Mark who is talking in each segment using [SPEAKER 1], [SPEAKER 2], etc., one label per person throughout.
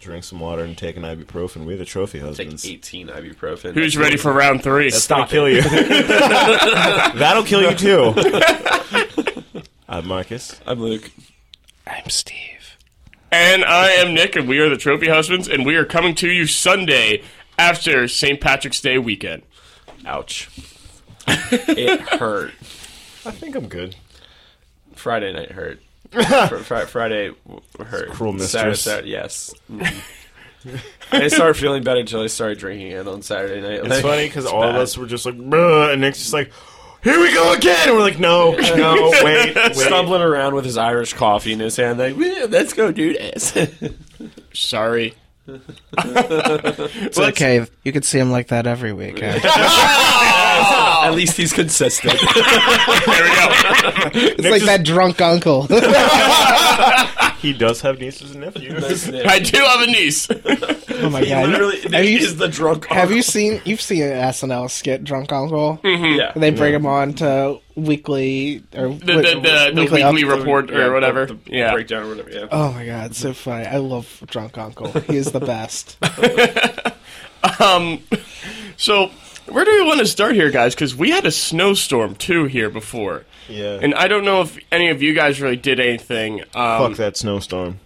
[SPEAKER 1] drink some water and take an ibuprofen. We the trophy
[SPEAKER 2] Take
[SPEAKER 1] husbands.
[SPEAKER 2] 18 ibuprofen.
[SPEAKER 3] Who's ready for round three?
[SPEAKER 1] That's gonna kill you. That'll kill you too. I'm Marcus.
[SPEAKER 2] I'm Luke.
[SPEAKER 3] I'm Steve. And I am Nick, and we are the Trophy Husbands, and we are coming to you Sunday after St. Patrick's Day weekend.
[SPEAKER 2] Ouch. it hurt.
[SPEAKER 1] I think I'm good.
[SPEAKER 2] Friday night hurt. Fr- fr- Friday w- hurt.
[SPEAKER 1] Cruel
[SPEAKER 2] Saturday,
[SPEAKER 1] mistress.
[SPEAKER 2] Saturday- yes. Mm. I didn't start feeling better until I started drinking it on Saturday night.
[SPEAKER 1] It's
[SPEAKER 2] Like,
[SPEAKER 1] funny because all of
[SPEAKER 2] bad.
[SPEAKER 1] us were just like, "Bruh," and Nick's just like, "Here we go again." And we're like, "No, no, wait, wait."
[SPEAKER 2] Stumbling around with his Irish coffee in his hand, like, "Yeah, let's go do this.
[SPEAKER 3] Sorry.
[SPEAKER 4] It's okay. You could see him like that every week. huh?
[SPEAKER 1] Oh.
[SPEAKER 2] At least he's consistent.
[SPEAKER 3] There we go.
[SPEAKER 4] It's like that drunk uncle. oh
[SPEAKER 1] He does have nieces and nephews.
[SPEAKER 3] I do have a niece.
[SPEAKER 4] my god!
[SPEAKER 2] Literally,
[SPEAKER 4] have
[SPEAKER 2] he
[SPEAKER 4] you
[SPEAKER 2] is the drunk. Mm-hmm.
[SPEAKER 4] have you seen you've seen an SNL skit, drunk uncle?
[SPEAKER 2] Yeah.
[SPEAKER 4] And they bring him on to weekly or
[SPEAKER 3] The, the, the, the weekly,
[SPEAKER 4] up-
[SPEAKER 3] report or
[SPEAKER 2] Yeah,
[SPEAKER 3] whatever.
[SPEAKER 2] the
[SPEAKER 3] yeah.
[SPEAKER 2] Breakdown or whatever. Yeah.
[SPEAKER 4] Oh my god, it's so funny! I love drunk uncle. He is the best.
[SPEAKER 3] So, where do we want to start here, guys? Because we had a snowstorm, too, here before.
[SPEAKER 1] Yeah.
[SPEAKER 3] And I don't know if any of you guys really did anything. Um,
[SPEAKER 1] Fuck that snowstorm.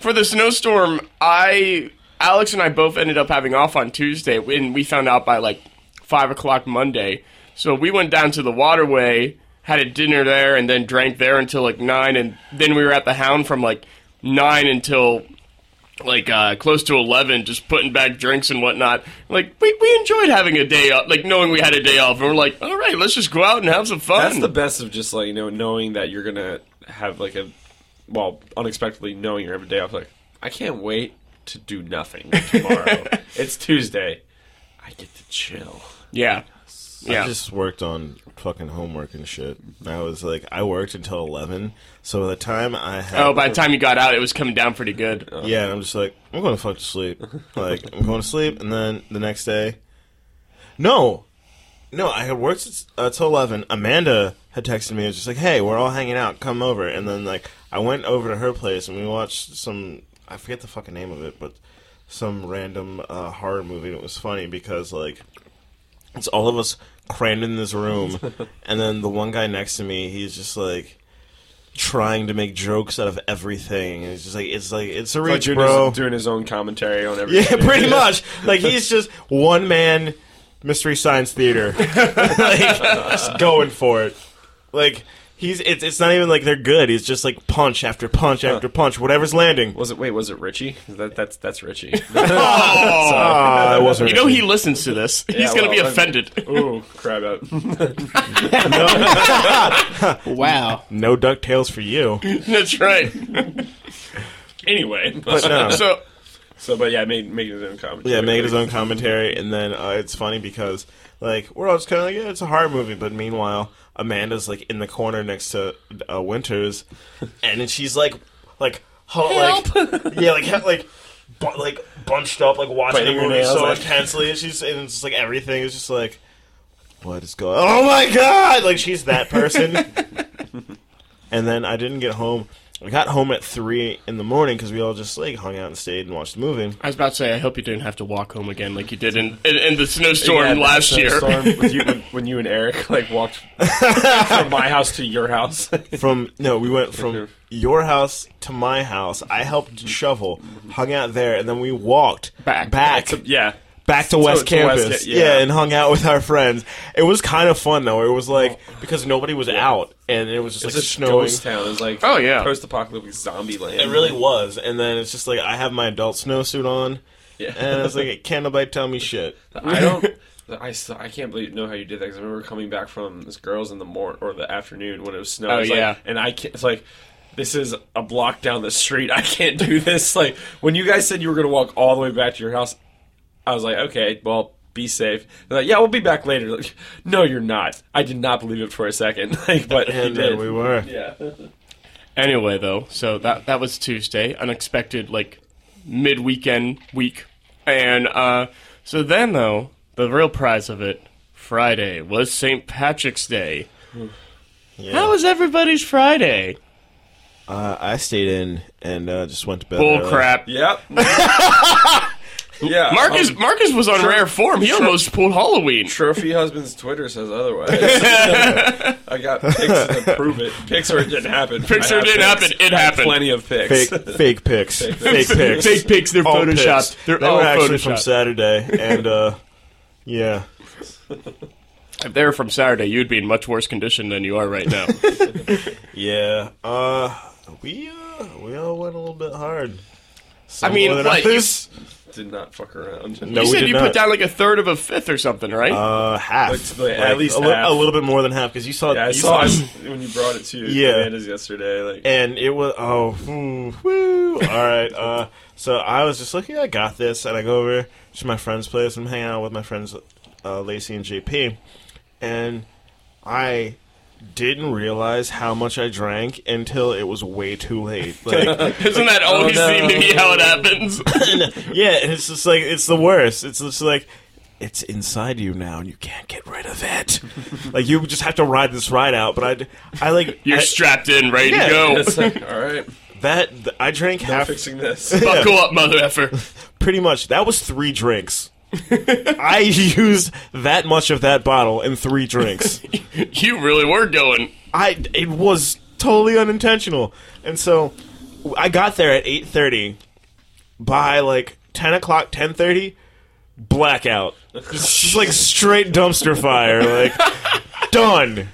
[SPEAKER 3] for the snowstorm, I Alex and I both ended up having off on Tuesday, and we found out by like five o'clock Monday. So we went down to the waterway, had a dinner there, and then drank there until like nine, and then we were at the Hound from like nine until like uh, close to eleven, just putting back drinks and whatnot. Like we we enjoyed having a day off, like knowing we had a day off, and we're like, all right, let's just go out and have some fun.
[SPEAKER 2] That's the best of just like you know knowing that you're gonna have like a well unexpectedly knowing you're every day off. Like I can't wait to do nothing tomorrow. it's Tuesday. I get to chill.
[SPEAKER 3] yeah. Yeah.
[SPEAKER 1] I just worked on fucking homework and shit. I was like, I worked until eleven, so by the time I had
[SPEAKER 3] Oh, by the time you got out, it was coming down pretty good.
[SPEAKER 1] Yeah, and I'm just like, I'm going to fuck to sleep. Like, I'm going to sleep, and then the next day, no, no, I had worked s- uh, till eleven. Amanda had texted me and was just like, "Hey, we're all hanging out. Come over." And then like, I went over to her place and we watched some. I forget the fucking name of it, but some random uh, horror movie. And it was funny because like, it's all of us crammed in this room, and then the one guy next to me, he's just like. Trying to make jokes out of everything, and it's just like it's like it's a
[SPEAKER 2] Like
[SPEAKER 1] reach,
[SPEAKER 2] doing,
[SPEAKER 1] bro.
[SPEAKER 2] His, doing his own commentary on everything.
[SPEAKER 1] Yeah, pretty much. Like he's just one man mystery science theater, like just going for it. Like he's it's it's not even like they're good. He's just like punch after punch after punch, whatever's landing.
[SPEAKER 2] Was it? Wait, was it Richie? That, that's that's Richie.
[SPEAKER 1] Ah,
[SPEAKER 2] Oh,
[SPEAKER 1] it wasn't.
[SPEAKER 3] You know
[SPEAKER 1] Richie.
[SPEAKER 3] he listens to this. He's gonna
[SPEAKER 2] well,
[SPEAKER 3] be
[SPEAKER 2] I'm-
[SPEAKER 3] offended.
[SPEAKER 2] Ooh, crap out.
[SPEAKER 4] Wow.
[SPEAKER 1] no Ducktales for you.
[SPEAKER 3] That's right. anyway,
[SPEAKER 1] But no.
[SPEAKER 3] so
[SPEAKER 2] So, but yeah, made making uh, his own commentary.
[SPEAKER 1] Yeah, making his own commentary, and then uh, it's funny because like we're all just kind of like, yeah, it's a horror movie, but meanwhile Amanda's like in the corner next to uh, Winters, and then she's like, like, ho- like, yeah, like, he- like, bu- like bunched up, like watching
[SPEAKER 2] Biting
[SPEAKER 1] the
[SPEAKER 2] her
[SPEAKER 1] movie
[SPEAKER 2] nails,
[SPEAKER 1] so
[SPEAKER 2] like-
[SPEAKER 1] intensely, and she's and it's just like everything is just like, what is going? Oh my god! Like she's that person. and then I didn't get home. I got home at three in the morning because we all just like hung out and stayed and watched the movie.
[SPEAKER 3] I was about to say, I hope you didn't have to walk home again like you did in in, in the snowstorm last year.
[SPEAKER 2] Storm with you, when, when you and Eric like walked from my house to your house.
[SPEAKER 1] from no, we went from your house to my house. I helped shovel, hung out there, and then we walked
[SPEAKER 3] Back.
[SPEAKER 1] back,
[SPEAKER 2] yeah.
[SPEAKER 1] back to West
[SPEAKER 2] to West
[SPEAKER 1] Campus.
[SPEAKER 2] Ca-
[SPEAKER 1] yeah.
[SPEAKER 2] yeah.
[SPEAKER 1] and hung out with our friends. It was kind of fun though. It was like because nobody was out, and it was just
[SPEAKER 2] It's
[SPEAKER 1] like
[SPEAKER 2] a
[SPEAKER 1] snowing.
[SPEAKER 2] ghost town. It's like
[SPEAKER 3] Oh, yeah.
[SPEAKER 2] post-apocalyptic zombie land.
[SPEAKER 1] It really was, and then it's just like I have my adult snowsuit on,
[SPEAKER 2] Yeah.
[SPEAKER 1] and it's like a candlelight tell me shit.
[SPEAKER 2] I don't. I, s- I can't believe know how you did that because I remember coming back from this girls in the morning or the afternoon when it was snowing.
[SPEAKER 3] Oh, yeah.
[SPEAKER 2] and I can't. It's like this is a block down the street. I can't do this. Like when you guys said you were going to walk all the way back to your house, I was like, okay, well. Be safe. They're like, yeah, we'll be back later. Like, no, you're not. I did not believe it for a second. Like, but he
[SPEAKER 1] And
[SPEAKER 2] did.
[SPEAKER 1] then we were.
[SPEAKER 2] yeah.
[SPEAKER 3] Anyway, though, so that that was Tuesday, unexpected like mid weekend week, and uh, so then though the real prize of it, Friday was St. Patrick's Day.
[SPEAKER 1] Yeah.
[SPEAKER 3] How was everybody's Friday?
[SPEAKER 1] Uh, I stayed in and uh, just went to bed.
[SPEAKER 3] Bull
[SPEAKER 1] early.
[SPEAKER 3] crap.
[SPEAKER 2] Yep. yeah.
[SPEAKER 3] Marcus
[SPEAKER 2] um,
[SPEAKER 3] Marcus was on rare form. He almost pulled Halloween.
[SPEAKER 2] Trophy husband's Twitter says otherwise. I got pics to prove it. Pics or it didn't happen.
[SPEAKER 3] Pics
[SPEAKER 2] I
[SPEAKER 3] or
[SPEAKER 2] have
[SPEAKER 3] it didn't happen. It
[SPEAKER 2] I have
[SPEAKER 3] happened.
[SPEAKER 2] Plenty of
[SPEAKER 1] Fake,
[SPEAKER 2] pics.
[SPEAKER 1] fake pics. fake pics.
[SPEAKER 3] Fake pics. They're
[SPEAKER 1] All
[SPEAKER 3] photoshopped.
[SPEAKER 1] pics.
[SPEAKER 3] They're
[SPEAKER 1] They
[SPEAKER 3] all
[SPEAKER 1] were actually from
[SPEAKER 3] photoshopped.
[SPEAKER 1] Saturday, and uh, yeah.
[SPEAKER 3] if they were from Saturday, you'd be in much worse condition than you are right now.
[SPEAKER 1] Yeah, uh, we uh, we all went a little bit hard. Some
[SPEAKER 3] I mean,
[SPEAKER 1] more than
[SPEAKER 3] what, you-
[SPEAKER 1] others.
[SPEAKER 2] Did not fuck around.
[SPEAKER 1] No,
[SPEAKER 3] you
[SPEAKER 1] we
[SPEAKER 3] said
[SPEAKER 1] did
[SPEAKER 3] you
[SPEAKER 1] not.
[SPEAKER 3] put down like a third of a fifth or something, right?
[SPEAKER 1] uh, half,
[SPEAKER 2] Like, like, at least
[SPEAKER 1] a, li-
[SPEAKER 2] half.
[SPEAKER 1] a little bit more than half because you saw
[SPEAKER 2] Yeah, I
[SPEAKER 1] you
[SPEAKER 2] saw
[SPEAKER 1] saw-
[SPEAKER 2] it when you brought it to
[SPEAKER 1] Yeah.
[SPEAKER 2] Amanda's yesterday. Like,
[SPEAKER 1] and it was oh whew, woo. all right. Uh, so I was just looking. I got this, and I go over to my friend's place. I'm hanging out with my friends uh, Lacey and JP, and I didn't realize how much I drank until it was way too late. Like,
[SPEAKER 3] Doesn't that always
[SPEAKER 2] no.
[SPEAKER 3] seem to be how it happens?
[SPEAKER 1] yeah, and it's just like it's the worst. It's just like. It's inside you now, and you can't get rid of it. like you just have to ride this ride out. But I, I like
[SPEAKER 3] You're
[SPEAKER 1] I-
[SPEAKER 3] strapped in, ready
[SPEAKER 1] Yeah.
[SPEAKER 3] to go.
[SPEAKER 2] it's like, all right,
[SPEAKER 1] that. I drank
[SPEAKER 2] I'm
[SPEAKER 1] half.
[SPEAKER 2] fixing this.
[SPEAKER 3] Buckle up, mother effer.
[SPEAKER 1] pretty much that was three drinks i used that much of that bottle in three drinks
[SPEAKER 3] You really were going.
[SPEAKER 1] i it was totally unintentional and so i got there at 8.30 by like 10 o'clock 10.30 blackout just, just, like straight dumpster fire like done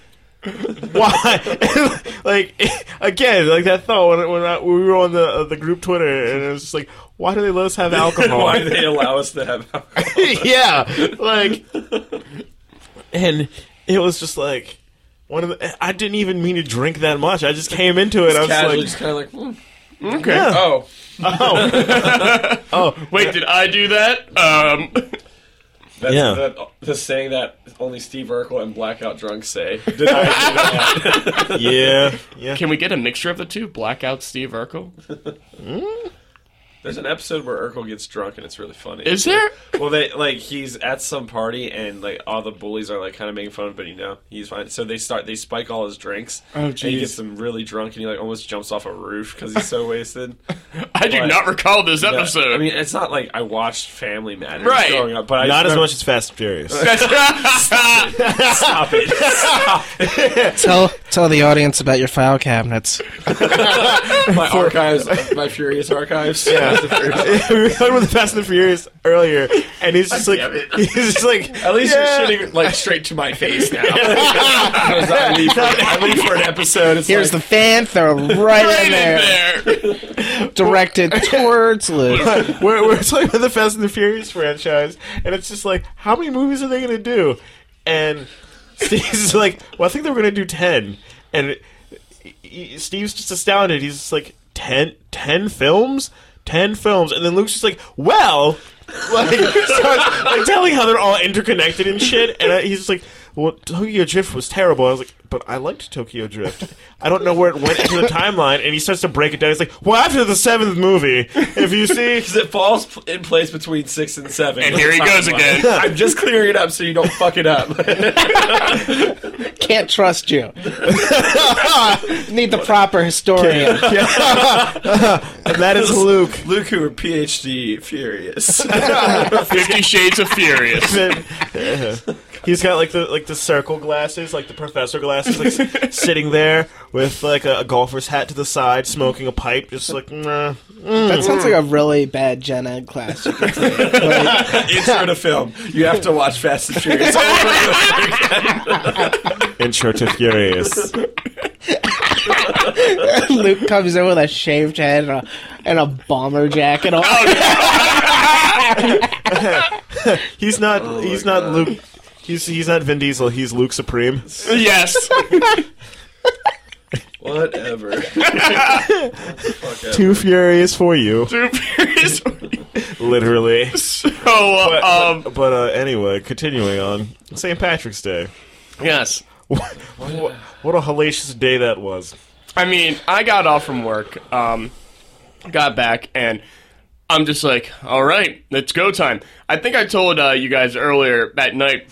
[SPEAKER 1] why like again like that thought when, when, I, when we were on the uh, the group twitter and it was just like why do they let us have alcohol
[SPEAKER 2] Why do they allow us to have alcohol?
[SPEAKER 1] yeah, like, and it was just like one of the. I didn't even mean to drink that much. I just came into it. I was
[SPEAKER 2] Casually,
[SPEAKER 1] like,
[SPEAKER 2] just kind of like, hmm,
[SPEAKER 3] Okay. Uh,
[SPEAKER 1] Yeah.
[SPEAKER 2] oh,
[SPEAKER 1] oh, oh,
[SPEAKER 3] Wait, did I do that? Um,
[SPEAKER 2] that's
[SPEAKER 1] Yeah.
[SPEAKER 2] that, the saying that only Steve Urkel and blackout drunks say. Did I do that?
[SPEAKER 1] yeah, yeah.
[SPEAKER 3] can we get a mixture of the two? Blackout Steve Urkel?
[SPEAKER 2] There's an episode where Urkel gets drunk and it's really funny.
[SPEAKER 3] Is there?
[SPEAKER 2] Well, they like he's at some party and like all the bullies are like kind of making fun of him, but you know he's fine. So they start they spike all his drinks.
[SPEAKER 4] Oh,
[SPEAKER 2] and he
[SPEAKER 4] jeez.
[SPEAKER 2] gets them really drunk and he like almost jumps off a roof because he's so wasted.
[SPEAKER 3] I do
[SPEAKER 2] What?
[SPEAKER 3] not recall this
[SPEAKER 2] But,
[SPEAKER 3] episode.
[SPEAKER 2] I mean, it's not like I watched Family Matters
[SPEAKER 3] Right.
[SPEAKER 2] growing up, but I
[SPEAKER 1] Not as
[SPEAKER 2] just remember-
[SPEAKER 1] much as Fast and Furious.
[SPEAKER 2] Stop it!
[SPEAKER 4] Tell tell the audience about your file cabinets.
[SPEAKER 2] my archives, my Furious archives.
[SPEAKER 1] we were talking about the Fast and the Furious earlier, and he's just like,
[SPEAKER 2] Damn it.
[SPEAKER 1] he's just like,
[SPEAKER 2] At least
[SPEAKER 1] yeah.
[SPEAKER 2] you're shooting like straight to my face now. Because I leave for, I leave for an episode. It's
[SPEAKER 4] Here's
[SPEAKER 2] like,
[SPEAKER 4] the fan throw right,
[SPEAKER 3] right
[SPEAKER 4] in, there,
[SPEAKER 3] in there.
[SPEAKER 4] directed towards Luke.
[SPEAKER 1] we're, we're talking about the Fast and the Furious franchise, and it's just like, how many movies are they going to do? And Steve's just like, well, I think they were going to do 10. And it- he- Steve's just astounded. He's just like, 10, 10 films? 10 films. And then Luke's just like, well, like, starts, like telling how they're all interconnected and shit. And I, he's just like, well, Tokyo Drift was terrible. I was like, but I liked Tokyo Drift. I don't know where it went into the timeline. And he starts to break it down. He's like, well, after the seventh movie, if you see,
[SPEAKER 2] Because it falls pl- in place between six and seven.
[SPEAKER 3] And here he goes again.
[SPEAKER 2] I'm just clearing it up so you don't fuck it up.
[SPEAKER 4] Can't trust you. Need the proper historian.
[SPEAKER 1] and that is Luke.
[SPEAKER 2] Luke Hoover, PhD, furious.
[SPEAKER 3] Fifty Shades of Furious.
[SPEAKER 1] He's got like the like the circle glasses, like the professor glasses, like s- sitting there with like a, a golfer's hat to the side, smoking a pipe, just like nah.
[SPEAKER 4] That sounds like a really bad gen ed class. you could take. Like,
[SPEAKER 2] Intro to film. You have to watch Fast and Furious. all over again.
[SPEAKER 1] Intro to Furious.
[SPEAKER 4] Luke comes in with a shaved head and a, and a bomber jacket on.
[SPEAKER 2] Oh,
[SPEAKER 1] He's not. he's not Luke. He's he's not Vin Diesel. He's Luke Supreme.
[SPEAKER 3] yes.
[SPEAKER 2] Whatever. Fuck it.
[SPEAKER 1] Too furious for you,
[SPEAKER 3] Too Furious.
[SPEAKER 1] literally.
[SPEAKER 3] So, um,
[SPEAKER 1] But uh, anyway, continuing on St. Patrick's Day.
[SPEAKER 3] yes.
[SPEAKER 1] What, what a hellacious day that was.
[SPEAKER 3] I mean, I got off from work, um, got back, and I'm just like, all right, it's go time. I think I told uh, you guys earlier that night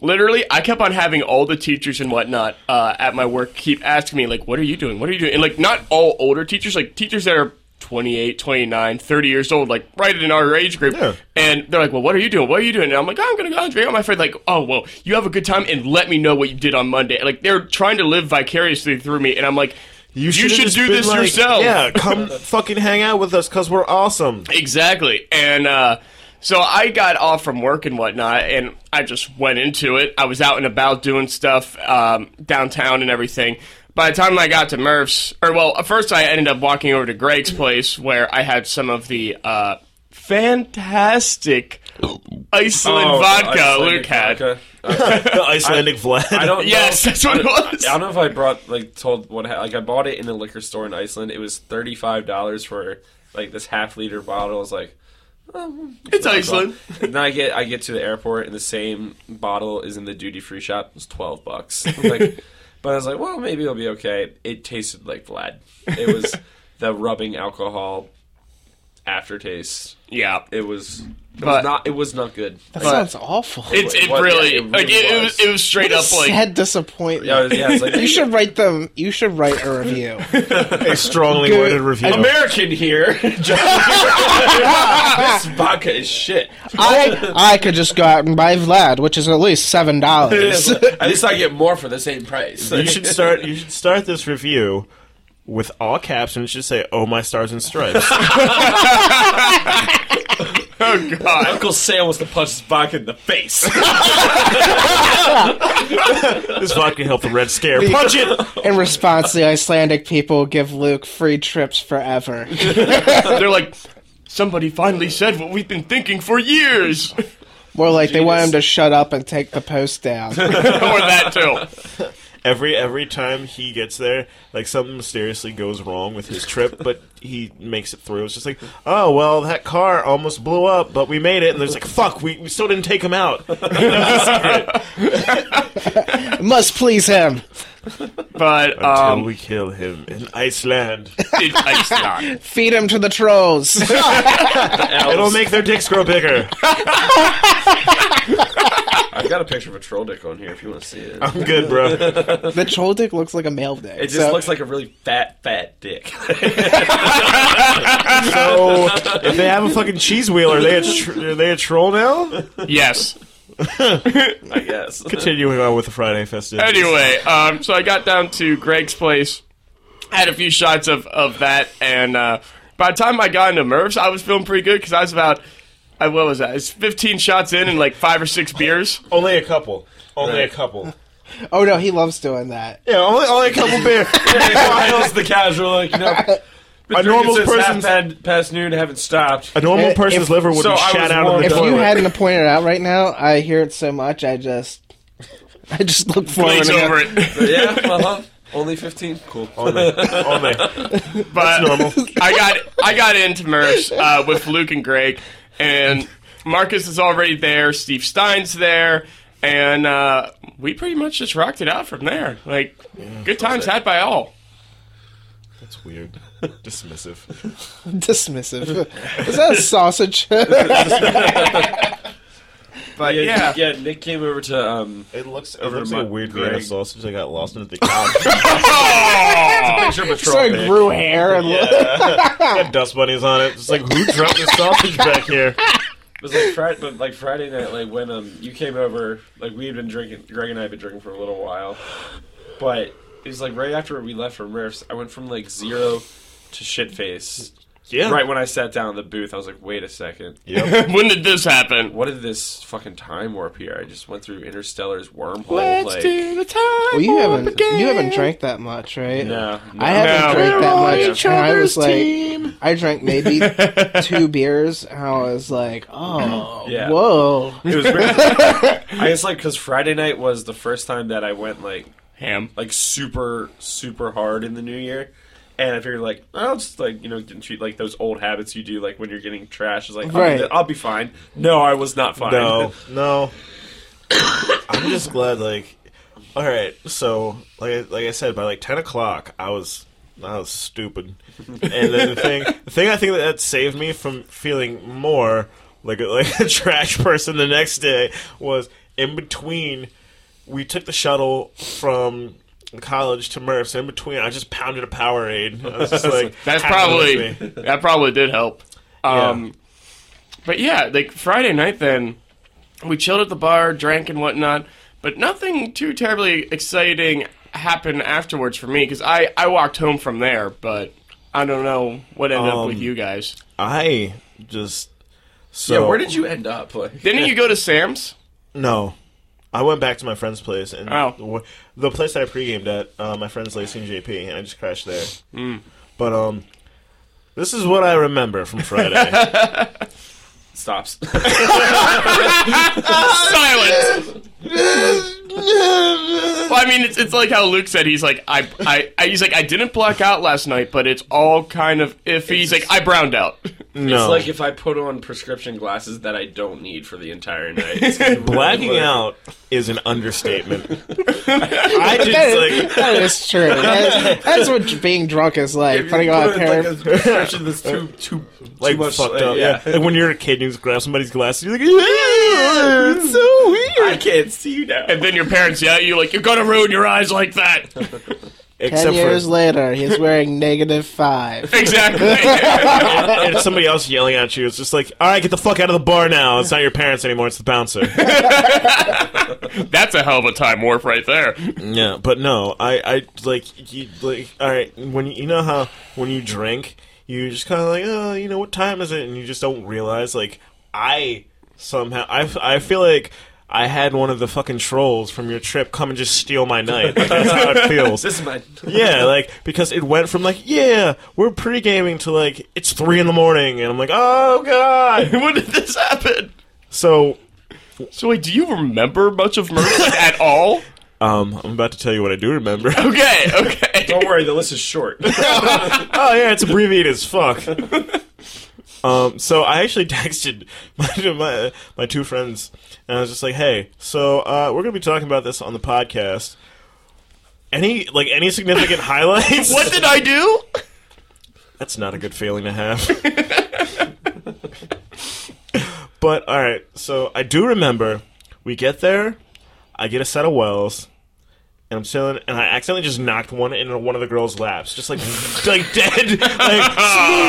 [SPEAKER 3] Literally, I kept on having all the teachers and whatnot uh, at my work keep asking me, like, what are you doing? What are you doing? And, like, not all older teachers, like, teachers that are 28, 29, 30 years old, like, right in our age group.
[SPEAKER 1] Yeah.
[SPEAKER 3] And they're like, well, what are you doing? What are you doing? And I'm like, I'm going to go out and drink with my friend. Like, oh, well, you have a good time and let me know what you did on Monday. Like, they're trying to live vicariously through me. And I'm like, you,
[SPEAKER 1] should've
[SPEAKER 3] should
[SPEAKER 1] just
[SPEAKER 3] do
[SPEAKER 1] been
[SPEAKER 3] this
[SPEAKER 1] like,
[SPEAKER 3] yourself.
[SPEAKER 1] Yeah, come fucking hang out with us because we're awesome.
[SPEAKER 3] Exactly. And uh, so I got off from work and whatnot, and I just went into it. I was out and about doing stuff um, downtown and everything. By the time I got to Murph's, or well, at first I ended up walking over to Greg's place where I had some of the uh, fantastic Iceland
[SPEAKER 2] Oh,
[SPEAKER 3] vodka
[SPEAKER 2] Icelandic
[SPEAKER 3] Luke had.
[SPEAKER 2] vodka.
[SPEAKER 1] The Icelandic Vlad.
[SPEAKER 2] I don't.
[SPEAKER 3] Yes,
[SPEAKER 2] know,
[SPEAKER 3] that's what
[SPEAKER 2] I
[SPEAKER 3] it
[SPEAKER 2] don't-
[SPEAKER 3] was.
[SPEAKER 2] I don't know if I brought like told what ha- like I bought it in a liquor store in Iceland. It was thirty five dollars for like this half liter bottle. It's like
[SPEAKER 3] It's Iceland.
[SPEAKER 2] And then I get I get to the airport and the same bottle is in the duty free shop. It's twelve bucks. I'm like- but I was like, well, maybe it'll be okay. It tasted like Vlad. It was the rubbing alcohol aftertaste.
[SPEAKER 3] Yeah.
[SPEAKER 2] It was. It
[SPEAKER 3] But-
[SPEAKER 2] was not. It was not good.
[SPEAKER 4] That
[SPEAKER 3] But-
[SPEAKER 4] sounds awful.
[SPEAKER 3] It's, it,
[SPEAKER 2] What-
[SPEAKER 3] really,
[SPEAKER 2] yeah, it
[SPEAKER 3] like, it, it
[SPEAKER 2] really
[SPEAKER 3] was,
[SPEAKER 2] was.
[SPEAKER 3] it was straight up like.
[SPEAKER 4] Sad disappointment.
[SPEAKER 2] Yeah, it was- yeah, it's like-
[SPEAKER 4] you should write them. You should write a review.
[SPEAKER 1] a strongly
[SPEAKER 4] Good.
[SPEAKER 1] worded review.
[SPEAKER 2] American here. this vodka is shit.
[SPEAKER 4] I I could just go out and buy Vlad, which is at least seven dollars.
[SPEAKER 2] At least I get more for the same price.
[SPEAKER 1] you should start. You should start this review with all caps, and it should say, "Oh my stars and stripes."
[SPEAKER 3] oh, God.
[SPEAKER 2] Uncle Sam wants to punch this vodka in the face.
[SPEAKER 1] this vodka helped the Red Scare. Punch it.
[SPEAKER 4] In response, the Icelandic people give Luke free trips forever.
[SPEAKER 3] They're like, somebody finally said what we've been thinking for years. or
[SPEAKER 4] More like they want him to shut up and take the post down.
[SPEAKER 3] that, too.
[SPEAKER 1] Every every time he gets there, like something mysteriously goes wrong with his trip, but he makes it through. It's just like, oh well, that car almost blew up, but we made it. And there's like, fuck, we, we still didn't take him out.
[SPEAKER 4] Must please him.
[SPEAKER 3] But,
[SPEAKER 1] Until
[SPEAKER 3] um,
[SPEAKER 1] we kill him in Iceland,
[SPEAKER 3] it, it's not.
[SPEAKER 4] Feed him to the trolls.
[SPEAKER 1] it'll make their dicks grow bigger.
[SPEAKER 2] I've got a picture of a troll dick on here if you want to see it.
[SPEAKER 1] I'm good, bro.
[SPEAKER 4] the troll dick looks like a male dick.
[SPEAKER 2] It just
[SPEAKER 4] so-
[SPEAKER 2] looks like a really fat, fat dick.
[SPEAKER 1] So if they have a fucking cheese wheel, are they a tr- are they a troll now?
[SPEAKER 3] Yes.
[SPEAKER 2] I guess.
[SPEAKER 1] Continuing on with the Friday festivities.
[SPEAKER 3] Anyway, um, so I got down to Greg's place, had a few shots of, of that, and uh, by the time I got into Merv's, I was feeling pretty good because I was about, I, what was that? It's 15 shots in and like five or six beers.
[SPEAKER 1] Only a couple. Only a
[SPEAKER 2] Right.
[SPEAKER 1] couple.
[SPEAKER 4] oh no, he loves doing that.
[SPEAKER 1] Yeah, only, only a couple beer.
[SPEAKER 2] Kyle's the casual, like, you know.
[SPEAKER 1] A normal person's,
[SPEAKER 2] past, past noon, haven't stopped.
[SPEAKER 1] a normal
[SPEAKER 4] If-
[SPEAKER 1] person's
[SPEAKER 4] if-
[SPEAKER 1] liver would
[SPEAKER 2] so
[SPEAKER 1] be
[SPEAKER 2] I
[SPEAKER 1] shot
[SPEAKER 2] was
[SPEAKER 1] out of
[SPEAKER 2] warned
[SPEAKER 1] the
[SPEAKER 4] If you
[SPEAKER 1] toilet.
[SPEAKER 4] hadn't have pointed it out right now, I hear it so much. I just, I just look forward.
[SPEAKER 3] Blaze
[SPEAKER 4] to
[SPEAKER 3] over
[SPEAKER 4] it.
[SPEAKER 3] it.
[SPEAKER 2] But yeah, uh-huh. Only 15? Cool.
[SPEAKER 1] only, only.
[SPEAKER 3] But
[SPEAKER 1] normal.
[SPEAKER 3] I got I got into Merv's uh, with Luke and Greg, and Marcus is already there. Steve Stein's there, and uh, we pretty much just rocked it out from there. Like good times had by all.
[SPEAKER 1] That's weird. Dismissive.
[SPEAKER 4] Dismissive. Is that a sausage?
[SPEAKER 3] But
[SPEAKER 2] Yeah,
[SPEAKER 3] yeah,
[SPEAKER 2] yeah, Nick came over to um,
[SPEAKER 1] It looks, it
[SPEAKER 2] Over
[SPEAKER 1] looks
[SPEAKER 2] my-
[SPEAKER 1] like a weird Vienna
[SPEAKER 2] Greg.
[SPEAKER 1] sausage I got lost in at the couch.
[SPEAKER 2] picture of a troll
[SPEAKER 4] Sorry,
[SPEAKER 2] dick.
[SPEAKER 4] grew hair and
[SPEAKER 1] yeah. got dust bunnies on it. It's like, who dropped this sausage back here?
[SPEAKER 2] It was like Friday, but like Friday night, like when um you came over, like we had been drinking. Greg and I had been drinking for a little while, but it was like right after we left from Riffs, I went from like zero to shit face.
[SPEAKER 1] Yeah.
[SPEAKER 2] Right when I sat down in the booth, I was like, wait a second.
[SPEAKER 1] Yep.
[SPEAKER 3] when did this happen?
[SPEAKER 2] What did this fucking time warp here? I just went through Interstellar's wormhole. like,
[SPEAKER 3] the time.
[SPEAKER 4] Well, you haven't you haven't drank that much, right?
[SPEAKER 2] No, no.
[SPEAKER 4] I haven't
[SPEAKER 3] No.
[SPEAKER 4] drank that
[SPEAKER 3] We're
[SPEAKER 4] much.
[SPEAKER 2] each
[SPEAKER 4] and I was like, I drank maybe two beers, and I was like, oh,
[SPEAKER 2] Yeah.
[SPEAKER 4] whoa.
[SPEAKER 2] It was weird. I guess like because Friday night was the first time that I went like
[SPEAKER 3] ham.
[SPEAKER 2] like super super hard in the new year. And I figured like I'll just like you know get treat like those old habits you do like when you're getting trash is like I'll,
[SPEAKER 4] Right.
[SPEAKER 2] be, I'll be fine. No, I was not fine.
[SPEAKER 1] No, no. I'm just glad, like, all right. So, like, I- like I said, by like ten o'clock, I was, I was stupid. And then the thing, the thing I think that, that saved me from feeling more like a, like a trash person the next day was in between, we took the shuttle from college to Murph's. In between, I just pounded a Powerade. I was just like,
[SPEAKER 3] That's
[SPEAKER 1] happy with
[SPEAKER 3] probably
[SPEAKER 1] me.
[SPEAKER 3] that probably did help. Um, But yeah, like Friday night, then we chilled at the bar, drank and whatnot, but nothing too terribly exciting happened afterwards for me because I I walked home from there, but I don't know what ended up
[SPEAKER 1] Um,
[SPEAKER 3] with you guys.
[SPEAKER 1] I just so
[SPEAKER 2] Yeah, where did you end up? Like,
[SPEAKER 3] Didn't you go to Sam's?
[SPEAKER 1] no. I went back to my friend's place, and
[SPEAKER 3] Oh.
[SPEAKER 1] the, the place that I pre-gamed at, uh, my friends Lacey and JP, and I just crashed there. But um, this is what I remember from Friday.
[SPEAKER 2] stops.
[SPEAKER 3] Silence. well, I mean, it's, it's like how Luke said. He's like, I, I, I, he's like, I didn't black out last night, but it's all kind of iffy. He's like, I browned out.
[SPEAKER 1] no,
[SPEAKER 2] It's like if I put on prescription glasses that I don't need for the entire night. It's gonna really
[SPEAKER 1] Blacking
[SPEAKER 2] work.
[SPEAKER 1] out is an understatement. I
[SPEAKER 4] That is,
[SPEAKER 1] just like
[SPEAKER 4] that is true. That is, that's what being drunk is like.
[SPEAKER 2] If you
[SPEAKER 4] putting on a
[SPEAKER 2] put,
[SPEAKER 4] pair.
[SPEAKER 2] like, a prescription that's too too
[SPEAKER 1] like
[SPEAKER 2] too much
[SPEAKER 1] fucked
[SPEAKER 2] like,
[SPEAKER 1] up. Yeah. like when you're a kid, and you just grab somebody's glass, and you're like, "Yeah, it's so
[SPEAKER 2] I
[SPEAKER 1] weird.
[SPEAKER 2] can't see you now.
[SPEAKER 3] And then your parents yell at you like, you're gonna ruin your eyes like that.
[SPEAKER 4] Ten
[SPEAKER 1] Except
[SPEAKER 4] years
[SPEAKER 1] for
[SPEAKER 4] later, he's wearing negative five.
[SPEAKER 3] exactly.
[SPEAKER 1] and it's somebody else yelling at you. It's just like, all right, get the fuck out of the bar now. It's not your parents anymore. It's the bouncer.
[SPEAKER 3] That's a hell of a time warp right there.
[SPEAKER 1] yeah, but no, I, I like you like all right when you, you know how when you drink, you just kind of like, oh, you know what time is it, and you just don't realize like I somehow I, f- I feel like. I had one of the fucking trolls from your trip come and just steal my night. Like, that's how it feels.
[SPEAKER 2] This is my
[SPEAKER 1] Yeah, like because it went from like, yeah, we're pre gaming to like it's three in the morning, and I'm like, oh god.
[SPEAKER 3] when did this happen?
[SPEAKER 1] So,
[SPEAKER 3] So wait, do you remember much of Merlin at all?
[SPEAKER 1] um, I'm about to tell you what I do remember. oh
[SPEAKER 3] Okay, okay.
[SPEAKER 2] Don't worry, the list is short.
[SPEAKER 1] Oh, yeah, it's abbreviated as fuck. um, so I actually texted my my, my two friends, and I was just like, hey, so uh, we're gonna be talking about this on the podcast. Any like any significant highlights?
[SPEAKER 3] What did I do?
[SPEAKER 1] That's not a good feeling to have. but all right, so I do remember we get there, I get a set of wells, and I'm chilling, and I accidentally just knocked one into one of the girls' laps, just like like dead, like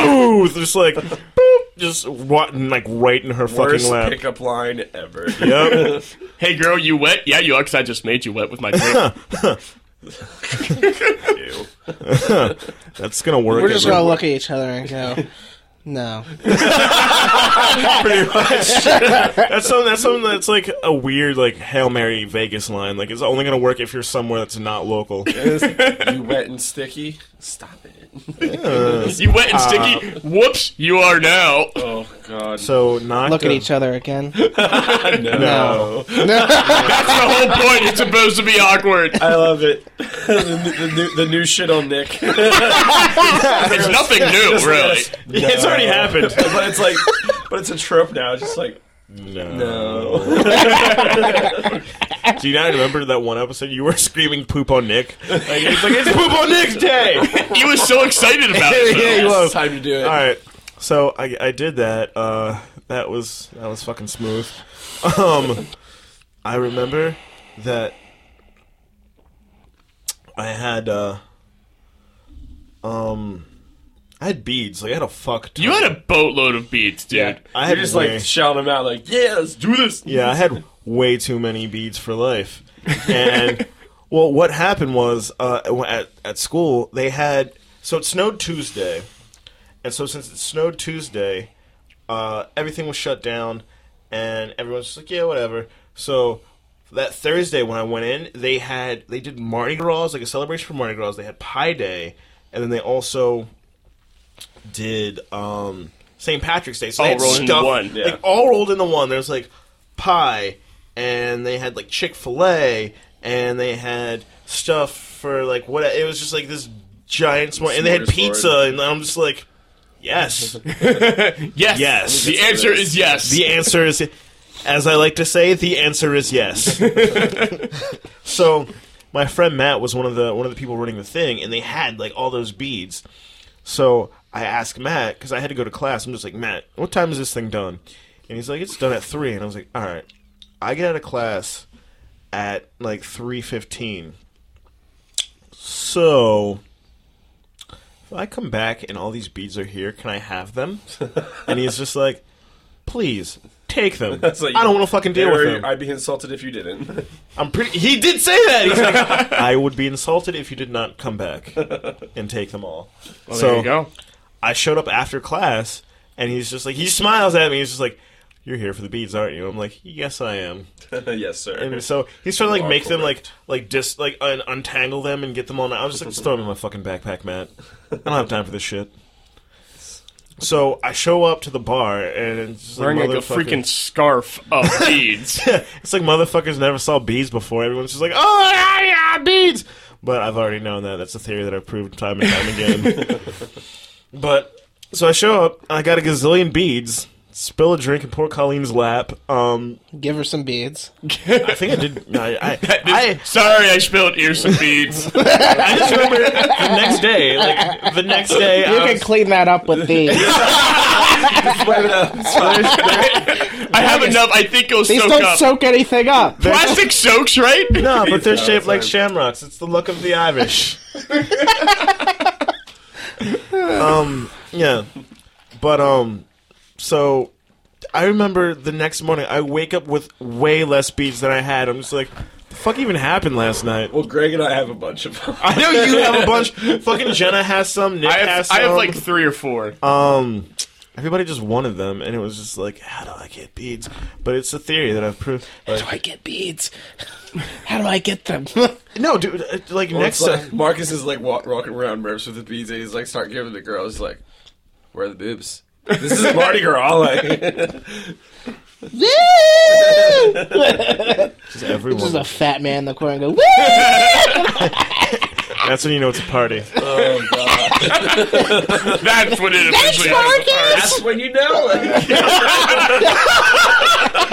[SPEAKER 1] smooth, just like boop, just wa- like right in her
[SPEAKER 2] Worst
[SPEAKER 1] fucking lap.
[SPEAKER 2] pickup line ever.
[SPEAKER 1] Yep.
[SPEAKER 3] Hey girl, you wet? Yeah, you are, 'cause I just made you wet with my drink.
[SPEAKER 2] Ew.
[SPEAKER 1] That's gonna work.
[SPEAKER 4] We're just
[SPEAKER 1] every-
[SPEAKER 4] gonna look at each other and go, no.
[SPEAKER 1] pretty much. that's something. That's something that's like a weird like hail mary Vegas line. Like it's only gonna work if you're somewhere that's not local.
[SPEAKER 2] You wet and sticky? Stop it.
[SPEAKER 3] you wet and sticky? Whoops, you are now.
[SPEAKER 2] Oh god.
[SPEAKER 1] So not
[SPEAKER 4] Look at each other again.
[SPEAKER 2] no.
[SPEAKER 4] No.
[SPEAKER 3] That's the whole point. It's supposed to be awkward.
[SPEAKER 2] I love it. the, the, new, the new shit on Nick.
[SPEAKER 3] It's nothing new, really.
[SPEAKER 1] It's already happened.
[SPEAKER 2] but it's like but it's a trope now. It's just like
[SPEAKER 1] No.
[SPEAKER 2] no.
[SPEAKER 1] Do you not remember that one episode you were screaming poop on Nick? Like, it's like it's poop on Nick's day.
[SPEAKER 3] He was so excited about it.
[SPEAKER 1] Yeah,
[SPEAKER 3] though.
[SPEAKER 1] you
[SPEAKER 2] It's
[SPEAKER 1] love.
[SPEAKER 2] time to do it.
[SPEAKER 1] All right. So I, I did that. Uh, that was that was fucking smooth. Um, I remember that I had uh, um, I had beads. Like I had a fuck. Ton.
[SPEAKER 3] You had a boatload of beads, dude.
[SPEAKER 2] Yeah.
[SPEAKER 1] I
[SPEAKER 2] You're
[SPEAKER 1] had
[SPEAKER 2] just
[SPEAKER 1] way-
[SPEAKER 2] like shouting them out like, Yeah, let's do this.
[SPEAKER 1] Yeah, I had way too many beads for life. And well, what happened was uh, at at school they had so it snowed Tuesday, and so since it snowed Tuesday, uh, everything was shut down, and everyone's just like, yeah, whatever. So that Thursday when I went in, they had they did Mardi Gras like a celebration for Mardi Gras. They had Pi Day, and then they also did um, St. Patrick's Day. So they
[SPEAKER 3] All
[SPEAKER 1] had
[SPEAKER 3] rolled into
[SPEAKER 1] stuff-
[SPEAKER 3] one,
[SPEAKER 2] yeah.
[SPEAKER 1] like all rolled into one. There's like pie, and they had like Chick Fil A, and they had stuff for like what it was just like this giant small, and they had
[SPEAKER 2] Smorgasbord.
[SPEAKER 1] pizza, and I'm just like, yes.
[SPEAKER 3] Yes.
[SPEAKER 1] Yes.
[SPEAKER 3] The answer is yes.
[SPEAKER 1] The answer is, as I like to say, the answer is yes. so, my friend Matt was one of the one of the people running the thing, and they had like all those beads. So I asked Matt because I had to go to class. I'm just like Matt, what time is this thing done? And he's like, it's done at three. And I was like, all right. I get out of class at like 3:15. So if I come back and all these beads are here, can I have them? and he's just like, "Please, take them.
[SPEAKER 2] That's like-
[SPEAKER 1] I don't want to fucking deal with
[SPEAKER 2] Or
[SPEAKER 1] them."
[SPEAKER 2] I'd be insulted if you didn't.
[SPEAKER 1] I'm pretty. He did say that. He's like, I would be insulted if you did not come back and take them all. so
[SPEAKER 3] there you go.
[SPEAKER 1] I showed up after class, and he's just like, he smiles at me. He's just like, "You're here for the beads, aren't you?" I'm like, "Yes, I am."
[SPEAKER 2] yes, sir.
[SPEAKER 1] And so he's trying to like
[SPEAKER 2] You are
[SPEAKER 1] make them like like dis like un- untangle them and get them on. I was just like, just throw them in my fucking backpack, Matt. I don't have time for this shit. So I show up to the bar and it's just like,
[SPEAKER 3] Wearing like a
[SPEAKER 1] motherfucking-
[SPEAKER 3] freaking scarf of beads.
[SPEAKER 1] it's like motherfuckers never saw bees before. Everyone's just like, oh, yeah, yeah, bees. But I've already known that. That's a theory that I've proved time and time again. but so I show up. I got a gazillion beads. Spill a drink in poor Colleen's lap. Um,
[SPEAKER 4] Give her some beads.
[SPEAKER 1] I think I did. I, I,
[SPEAKER 3] I, Sorry, I spilled ears of beads.
[SPEAKER 1] I just remember the next day. Like the next day,
[SPEAKER 4] You
[SPEAKER 1] I
[SPEAKER 4] can
[SPEAKER 1] was,
[SPEAKER 4] clean that up with these.
[SPEAKER 3] I have enough. I think it'll
[SPEAKER 4] these
[SPEAKER 3] soak
[SPEAKER 4] don't
[SPEAKER 3] up.
[SPEAKER 4] soak anything up.
[SPEAKER 3] Plastic soaks, right?
[SPEAKER 1] no, but they're
[SPEAKER 2] Bees, no,
[SPEAKER 1] shaped like
[SPEAKER 2] it's
[SPEAKER 1] shamrocks. It's the look of the Irish. um, yeah, but um, so I remember the next morning I wake up with way less beads than I had. I'm just like, the fuck even happened last night?
[SPEAKER 2] well, Greg and I have a bunch of them.
[SPEAKER 1] I know you have a bunch. Fucking Jenna has some. Nick
[SPEAKER 3] I have,
[SPEAKER 1] has some.
[SPEAKER 3] I have like three or four.
[SPEAKER 1] Um, everybody just wanted them, and it was just like, how do I get beads? But it's a theory that I've proved.
[SPEAKER 4] How do I get beads? How do I get them?
[SPEAKER 1] No, dude, uh, like next
[SPEAKER 2] It's like,
[SPEAKER 1] time.
[SPEAKER 2] Marcus is like walk, walking around Merps with the beads, and he's like, start giving the girls like, where are the boobs? This is Mardi Gras. Like,
[SPEAKER 4] Woo!
[SPEAKER 1] Just everyone.
[SPEAKER 4] There's a fat man in the corner and go, Woo!
[SPEAKER 1] That's when you know it's a party.
[SPEAKER 2] oh god,
[SPEAKER 3] That's what it
[SPEAKER 4] Thanks,
[SPEAKER 3] officially is.
[SPEAKER 4] Marcus!
[SPEAKER 2] that's when you know. Like,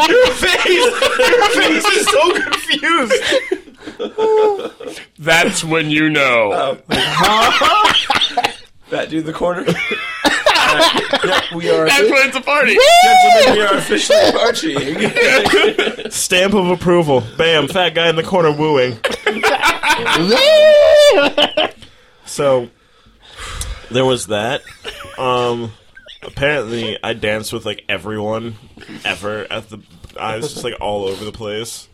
[SPEAKER 1] Your face, your face is so confused.
[SPEAKER 3] That's when you know.
[SPEAKER 2] that dude in the corner. Alright, yeah, we are.
[SPEAKER 3] That's when it's a party.
[SPEAKER 2] Gentlemen, we are officially partying.
[SPEAKER 1] Stamp of approval. Bam, fat guy in the corner wooing.
[SPEAKER 4] Woo!
[SPEAKER 1] So there was that. Um, apparently, I danced with like everyone ever at the. I was just like all over the place,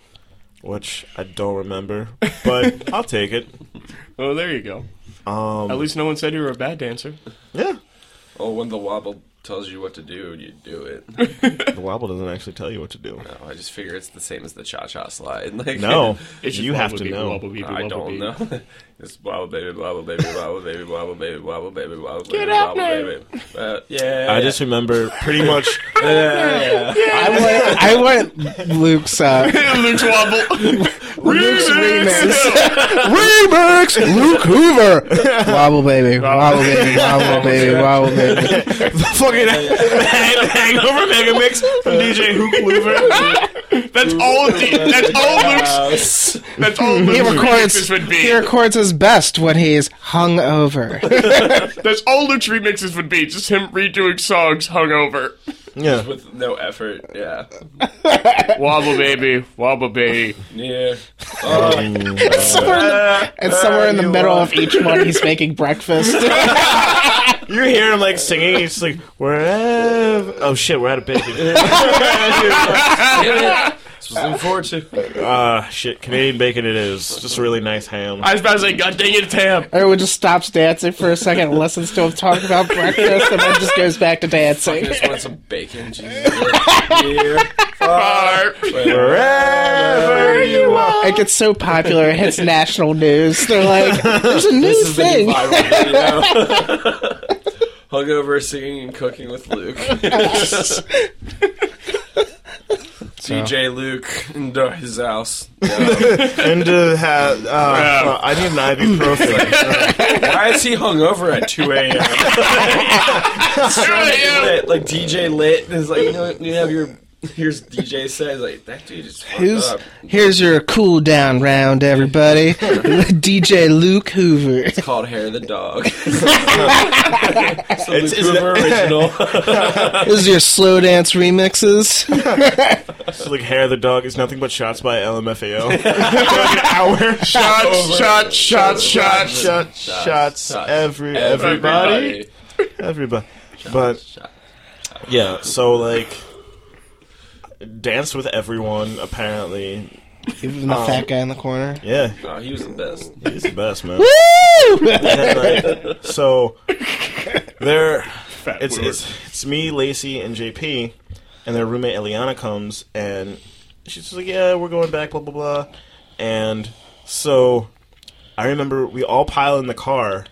[SPEAKER 1] which I don't remember, but I'll take it. Um,
[SPEAKER 3] Oh, there you go. At least no one said you were a bad dancer.
[SPEAKER 1] Yeah,
[SPEAKER 2] oh, when the wobble tells you what to do, you do it.
[SPEAKER 1] the wobble doesn't actually tell you what to do.
[SPEAKER 2] No, I just figure it's the same as the cha cha slide. Like,
[SPEAKER 1] No,
[SPEAKER 3] It's just
[SPEAKER 1] you have
[SPEAKER 3] wobble
[SPEAKER 1] to
[SPEAKER 3] beep,
[SPEAKER 1] know.
[SPEAKER 3] wobble beep,
[SPEAKER 2] I
[SPEAKER 3] wobble
[SPEAKER 2] don't
[SPEAKER 3] beep.
[SPEAKER 2] know. It's wobble baby, wobble baby, wobble baby, wobble baby, wobble baby, wobble baby,
[SPEAKER 3] up,
[SPEAKER 2] wobble
[SPEAKER 3] man.
[SPEAKER 2] baby. Uh, yeah,
[SPEAKER 1] I just remember pretty much.
[SPEAKER 2] yeah, yeah.
[SPEAKER 4] I want, I want Luke's uh,
[SPEAKER 3] Luke's wobble.
[SPEAKER 4] Luke's
[SPEAKER 3] Remix.
[SPEAKER 4] remix. remix. Luke Hoover. Wobble baby, wobble baby, wobble baby, wobble baby.
[SPEAKER 1] fucking hangover mega mix from DJ Hook Louver.
[SPEAKER 3] That's all. The, that's all Luke's.
[SPEAKER 2] House.
[SPEAKER 3] That's all Luke's
[SPEAKER 4] He
[SPEAKER 3] remixes
[SPEAKER 4] records.
[SPEAKER 3] would be.
[SPEAKER 4] He records his best when he's hungover.
[SPEAKER 3] That's all Luke's remixes would be. Just him redoing songs hungover.
[SPEAKER 1] Yeah.
[SPEAKER 2] with no effort. Yeah,
[SPEAKER 3] Wobble baby, wobble baby.
[SPEAKER 2] yeah. Oh,
[SPEAKER 4] It's somewhere in the, it's somewhere in the
[SPEAKER 2] you
[SPEAKER 4] middle
[SPEAKER 2] are.
[SPEAKER 4] of each one. He's making breakfast.
[SPEAKER 1] You hear him like singing, he's like, wherever. Oh shit, we're out of bacon.
[SPEAKER 2] yeah. This was looking forward to.
[SPEAKER 1] Ah, shit, Canadian bacon it is. Just a really nice ham.
[SPEAKER 3] I was about to say, God dang it, it's ham.
[SPEAKER 4] Everyone just stops dancing for a second, and listens to him talk about breakfast, and then just goes back to dancing.
[SPEAKER 2] Just want some bacon. Jesus. Yeah. Fuck.
[SPEAKER 3] Arr.
[SPEAKER 1] Wherever you are.
[SPEAKER 4] It gets so popular, it hits national news. They're like, "There's a new
[SPEAKER 2] This is the new
[SPEAKER 4] thing."
[SPEAKER 2] viral video. Hungover singing and cooking with Luke. DJ Luke into his house. Yeah.
[SPEAKER 1] And uh, ha- uh, uh, I need an ibuprofen.
[SPEAKER 2] Why is he hungover at 2 a.m.?
[SPEAKER 3] Here I am.
[SPEAKER 2] Lit, like DJ lit and is like, you know, you have your here's DJ says like that dude is fucked
[SPEAKER 4] Who's,
[SPEAKER 2] up.
[SPEAKER 4] here's your cool down round, everybody. DJ Luke Hoover.
[SPEAKER 2] Called hair of the dog.
[SPEAKER 1] It's-
[SPEAKER 2] it's
[SPEAKER 1] it's-
[SPEAKER 2] Hoover original.
[SPEAKER 4] This is your slow dance remixes.
[SPEAKER 1] It's like hair of the dog is nothing but shots by LMFAO. For like an hour.
[SPEAKER 3] Shots, shots, shots, shots, shots.
[SPEAKER 1] Shot, shots, every, everybody, everybody. But yeah, so like, dance with everyone. Apparently,
[SPEAKER 4] Even the fat guy in the corner.
[SPEAKER 1] yeah,
[SPEAKER 2] Oh, he was the best.
[SPEAKER 1] he's the best man. And, like, so they're it's,
[SPEAKER 3] word.
[SPEAKER 1] it's it's me, Lacey, and JP, and their roommate Eliana comes and she's just like, "Yeah, we're going back." Blah blah blah. And so I remember we all pile in the car,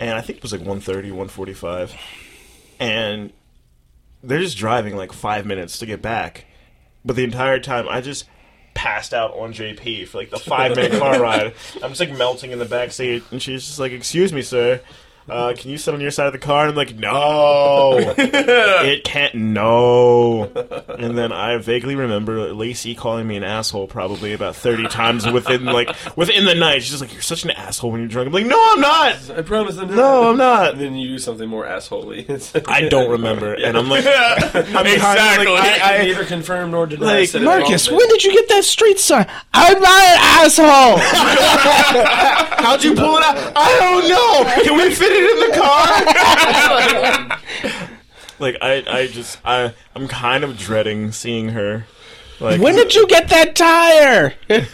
[SPEAKER 1] and I think it was like 1.30, 1.45, and they're just driving like five minutes to get back, but the entire time I just passed out on JP for like the five minute car ride. I'm just like melting in the back seat, and she's just like, "Excuse me, sir." uh, can you sit on your side of the car? And I'm like, no, it can't, no. And then I vaguely remember Lacey calling me an asshole probably about 30 times within like within the night. She's just like, you're such an asshole when you're drunk. I'm like, no, I'm not.
[SPEAKER 2] I promise I'm not.
[SPEAKER 1] No, I'm not.
[SPEAKER 2] And then you do something more assholey.
[SPEAKER 1] I don't remember. And I'm like, I'm kinda
[SPEAKER 3] Exactly.
[SPEAKER 1] Like,
[SPEAKER 2] I,
[SPEAKER 1] I, I,
[SPEAKER 2] neither confirm nor deny.
[SPEAKER 1] Like,
[SPEAKER 2] said it
[SPEAKER 4] Marcus,
[SPEAKER 2] wrong,
[SPEAKER 4] when did you get that street sign? I'm not an asshole.
[SPEAKER 1] how'd you pull it out? I don't know. Can we fit it in the car? like, I, I just, I, I'm kind of dreading seeing her. Like,
[SPEAKER 4] when did you get that tire?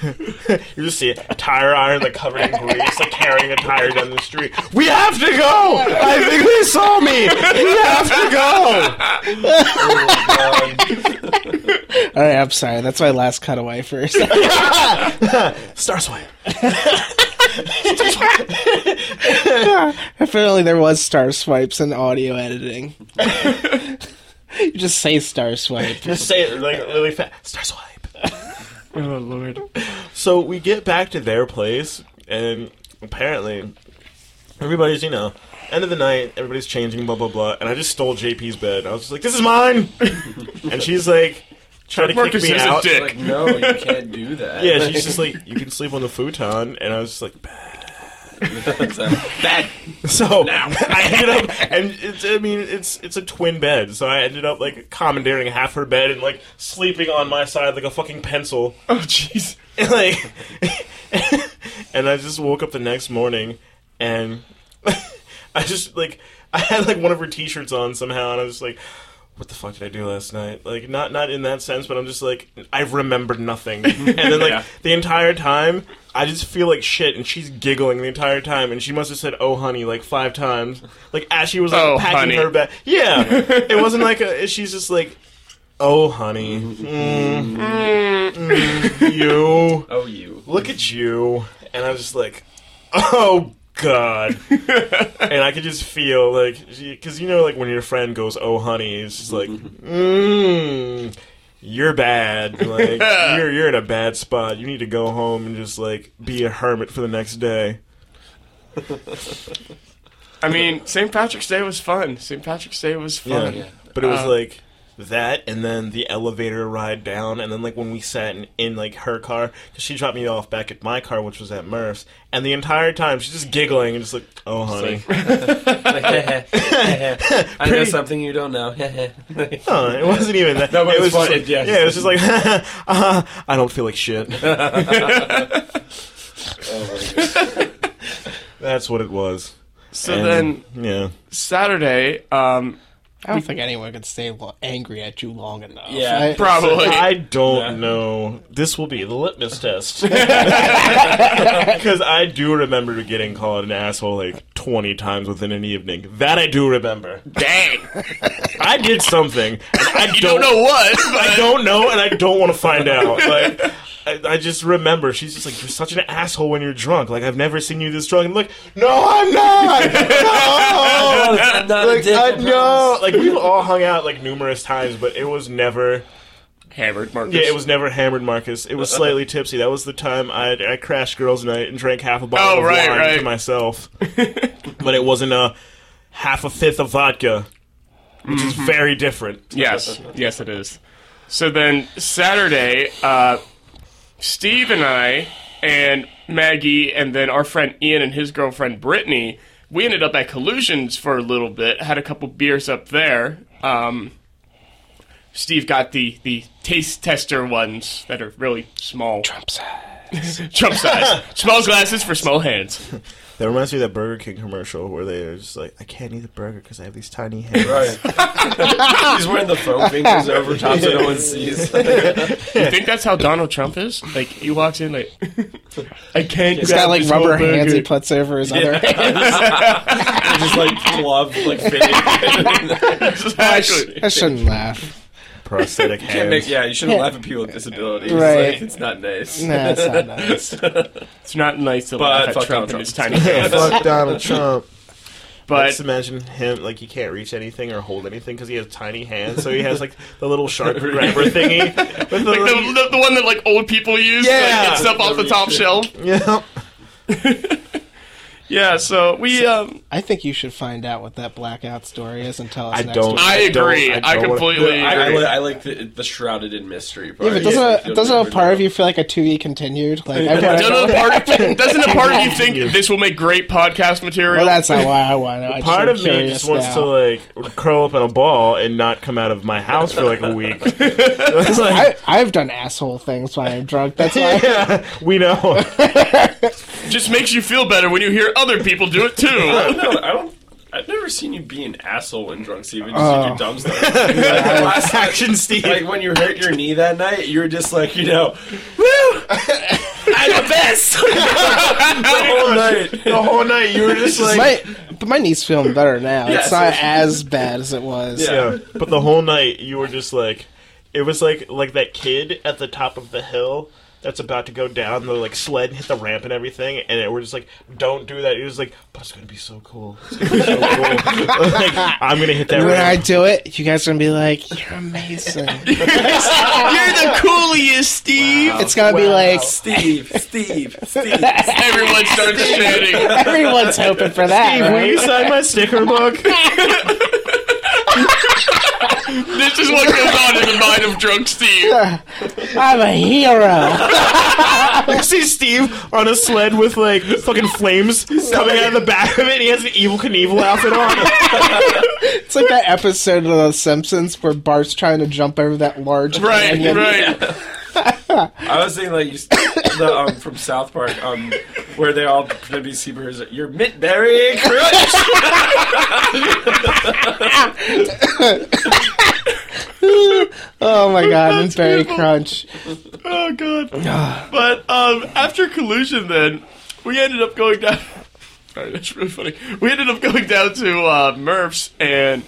[SPEAKER 1] You just see a tire iron like covered in grease, like carrying a tire down the street. We have to go. I think they saw me. We have to go.
[SPEAKER 4] All right, I'm sorry. That's my last cutaway first.
[SPEAKER 1] Star Swipe.
[SPEAKER 4] Apparently, there was star swipes in audio editing. you just say star swipe.
[SPEAKER 1] Just say it like really fast. Star Swipe.
[SPEAKER 4] Oh lord.
[SPEAKER 1] So we get back to their place, and apparently everybody's you know. End of the night, everybody's changing, blah blah blah, and I just stole JP's bed. I was just like, "This is mine," and she's like, trying to
[SPEAKER 3] Marcus
[SPEAKER 1] kick me
[SPEAKER 3] is
[SPEAKER 1] out.
[SPEAKER 3] a dick.
[SPEAKER 2] Like, no, you can't do that.
[SPEAKER 1] Yeah, she's just like, "You can sleep on the futon," and I was just like,
[SPEAKER 2] Bad.
[SPEAKER 1] So I ended up, and it's, I mean, it's it's a twin bed, so I ended up like commandeering half her bed and like sleeping on my side like a fucking pencil,
[SPEAKER 3] Oh, jeez.
[SPEAKER 1] and, like, and I just woke up the next morning, and I just like I had like one of her T-shirts on somehow, and I was just like. What the fuck did I do last night? Like, not not in that sense, but I'm just like I remembered nothing, and then like
[SPEAKER 2] Yeah.
[SPEAKER 1] the entire time I just feel like shit, and she's giggling the entire time, and she must have said "oh honey" like five times, like as she was like
[SPEAKER 3] Oh,
[SPEAKER 1] packing
[SPEAKER 3] honey.
[SPEAKER 1] her bag. Yeah, it wasn't like a, she's just like, "oh honey, mm, mm, you."
[SPEAKER 2] Oh, you.
[SPEAKER 1] look at you and i was just like oh god and i could just feel like because you know like when your friend goes oh honey it's just like mmm you're bad like you're, you're in a bad spot you need to go home and just like be a hermit for the next day
[SPEAKER 3] I mean, St. Patrick's Day was fun. St. Patrick's Day was
[SPEAKER 1] yeah,
[SPEAKER 3] fun.
[SPEAKER 1] but it was
[SPEAKER 3] Uh,
[SPEAKER 1] like that and then the elevator ride down and then like when we sat in, in like her car because she dropped me off back at my car which was at murph's and the entire time she's just giggling and just like oh honey
[SPEAKER 2] I know
[SPEAKER 1] Pretty-
[SPEAKER 2] something you don't know.
[SPEAKER 1] No, it wasn't even that.
[SPEAKER 2] No, but
[SPEAKER 1] it was
[SPEAKER 2] it's
[SPEAKER 1] just
[SPEAKER 2] fun.
[SPEAKER 1] like,
[SPEAKER 2] Yeah.
[SPEAKER 1] yeah, it was just like, uh, I don't feel like shit. That's what it was.
[SPEAKER 3] So
[SPEAKER 1] And,
[SPEAKER 3] then
[SPEAKER 1] yeah,
[SPEAKER 3] Saturday, um,
[SPEAKER 4] I don't think anyone could stay lo- angry at you long enough.
[SPEAKER 2] Yeah.
[SPEAKER 4] I-
[SPEAKER 3] probably.
[SPEAKER 1] I don't
[SPEAKER 2] Yeah.
[SPEAKER 1] know. This will be the litmus test because I do remember getting called an asshole like twenty times within an evening. That I do remember.
[SPEAKER 3] dang.
[SPEAKER 1] I did something. and I
[SPEAKER 3] You don't know what, but
[SPEAKER 1] I don't know, and I don't want to find out. Like, I, I just remember she's just like, "You're such an asshole when you're drunk. Like, I've never seen you this drunk." And look, no, I'm not. No,
[SPEAKER 2] I'm not
[SPEAKER 1] like, I know. Like, we've all hung out like numerous times, but it was never.
[SPEAKER 3] hammered Marcus.
[SPEAKER 1] Yeah, it was never hammered, Marcus. It was slightly tipsy. That was the time I I crashed girls' night and drank half a bottle
[SPEAKER 3] Oh,
[SPEAKER 1] of
[SPEAKER 3] right,
[SPEAKER 1] wine
[SPEAKER 3] right.
[SPEAKER 1] to myself, but it wasn't a half a fifth of vodka, which is
[SPEAKER 3] Mm-hmm.
[SPEAKER 1] very different.
[SPEAKER 3] Yes, yes, it is. So then Saturday, uh, Steve and I and Maggie and then our friend Ian and his girlfriend Brittany, we ended up at Collusions for a little bit. Had a couple beers up there. Um, Steve got the the taste tester ones that are really small. Trump size. Trump size. small glasses for small hands.
[SPEAKER 1] That reminds me of that Burger King commercial where they're just like, I can't eat the burger because I have these tiny hands.
[SPEAKER 2] Right. He's wearing the foam fingers over top so no one sees.
[SPEAKER 3] You think that's how Donald Trump is? Like he walks in like I can't.
[SPEAKER 4] He's got like rubber hands he puts over his other
[SPEAKER 2] just like glove, like fitting.
[SPEAKER 3] Actually,
[SPEAKER 4] I shouldn't laugh.
[SPEAKER 1] Prosthetic hands.
[SPEAKER 2] Can't make- yeah, you shouldn't laugh at people with disabilities.
[SPEAKER 4] Right.
[SPEAKER 2] Like, it's not nice.
[SPEAKER 4] Nah, it's not nice.
[SPEAKER 3] it's not nice to
[SPEAKER 2] But
[SPEAKER 3] laugh at
[SPEAKER 2] fuck
[SPEAKER 3] Trump
[SPEAKER 2] Donald
[SPEAKER 3] in his
[SPEAKER 2] Trump.
[SPEAKER 3] tiny hands.
[SPEAKER 1] Fuck Donald Trump.
[SPEAKER 3] But
[SPEAKER 1] Just imagine him like he can't reach anything or hold anything because he has tiny hands. So he has like the little shark grabber thingy. With the,
[SPEAKER 3] like the, the, the one that like old people use,
[SPEAKER 1] Yeah.
[SPEAKER 3] like, gets up off the top shelf.
[SPEAKER 1] yeah.
[SPEAKER 3] Yeah. So we. Um,
[SPEAKER 4] I think you should find out what that blackout story is and tell us
[SPEAKER 1] I
[SPEAKER 4] next
[SPEAKER 1] don't.
[SPEAKER 4] week.
[SPEAKER 3] I
[SPEAKER 1] don't-
[SPEAKER 3] agree. I
[SPEAKER 1] don't wanna-
[SPEAKER 3] completely-
[SPEAKER 2] I, I,
[SPEAKER 3] agree.
[SPEAKER 2] li- I like the, the shrouded in mystery part.
[SPEAKER 4] Yeah, but doesn't a, doesn't a part of you feel like a to be continued? Like I want to
[SPEAKER 3] doesn't, a
[SPEAKER 4] know.
[SPEAKER 3] part of, doesn't a part of you think this will make great podcast material?
[SPEAKER 4] Well, that's not why I want to.
[SPEAKER 1] Part of me just wants to like curl up in a ball and not come out of my house for like a week. It's like,
[SPEAKER 4] I, I've done asshole things when I'm drunk. That's why.
[SPEAKER 1] yeah, we know.
[SPEAKER 3] just makes you feel better when you hear other people do it too.
[SPEAKER 2] No, I don't. I've never seen you be an asshole when drunk, Steven. Just
[SPEAKER 4] Oh.
[SPEAKER 2] you do dumb stuff. Last time-
[SPEAKER 1] Action Steve.
[SPEAKER 2] Like when you hurt your knee that night, you were just like, you know, woo, I'm the best. the whole night.
[SPEAKER 1] the whole night you were just like
[SPEAKER 4] my, but my knee's feeling better now.
[SPEAKER 2] Yeah,
[SPEAKER 4] it's not
[SPEAKER 2] so-
[SPEAKER 4] as bad as it was.
[SPEAKER 2] Yeah.
[SPEAKER 1] Yeah, but the whole night you were just like, it was like like that kid at the top of the hill that's about to go down the like sled and hit the ramp and everything, and it, we're just like, don't do that. It was like, but it's gonna be so cool. It's gonna be so cool. like, I'm gonna hit that
[SPEAKER 4] When I
[SPEAKER 1] ramp.
[SPEAKER 4] do it, you guys are gonna be like, "You're amazing."
[SPEAKER 3] You're the coolest, Steve.
[SPEAKER 4] It's gonna be
[SPEAKER 1] Wow.
[SPEAKER 4] like
[SPEAKER 2] Steve, Steve, Steve.
[SPEAKER 3] Everyone starts chanting.
[SPEAKER 4] everyone's hoping for that.
[SPEAKER 1] Steve, will
[SPEAKER 4] right?
[SPEAKER 1] you sign my sticker book?
[SPEAKER 3] This is what goes on in the mind of drunk Steve.
[SPEAKER 4] I'm a hero.
[SPEAKER 1] I see Steve on a sled with like fucking flames coming out of the back of it. And he has an evil Knievel outfit on.
[SPEAKER 4] It's like that episode of The Simpsons where Bart's trying to jump over that large
[SPEAKER 3] Right,
[SPEAKER 4] canyon.
[SPEAKER 3] right.
[SPEAKER 2] I was thinking like you, s- the um from South Park um where they all pretend to be superheroes. You're Mitt Berry Crunch.
[SPEAKER 4] Oh my god, and Barry Crunch.
[SPEAKER 3] Oh god. but um, after collusion, then we ended up going down. Sorry, that's really funny. We ended up going down to uh, Murph's, and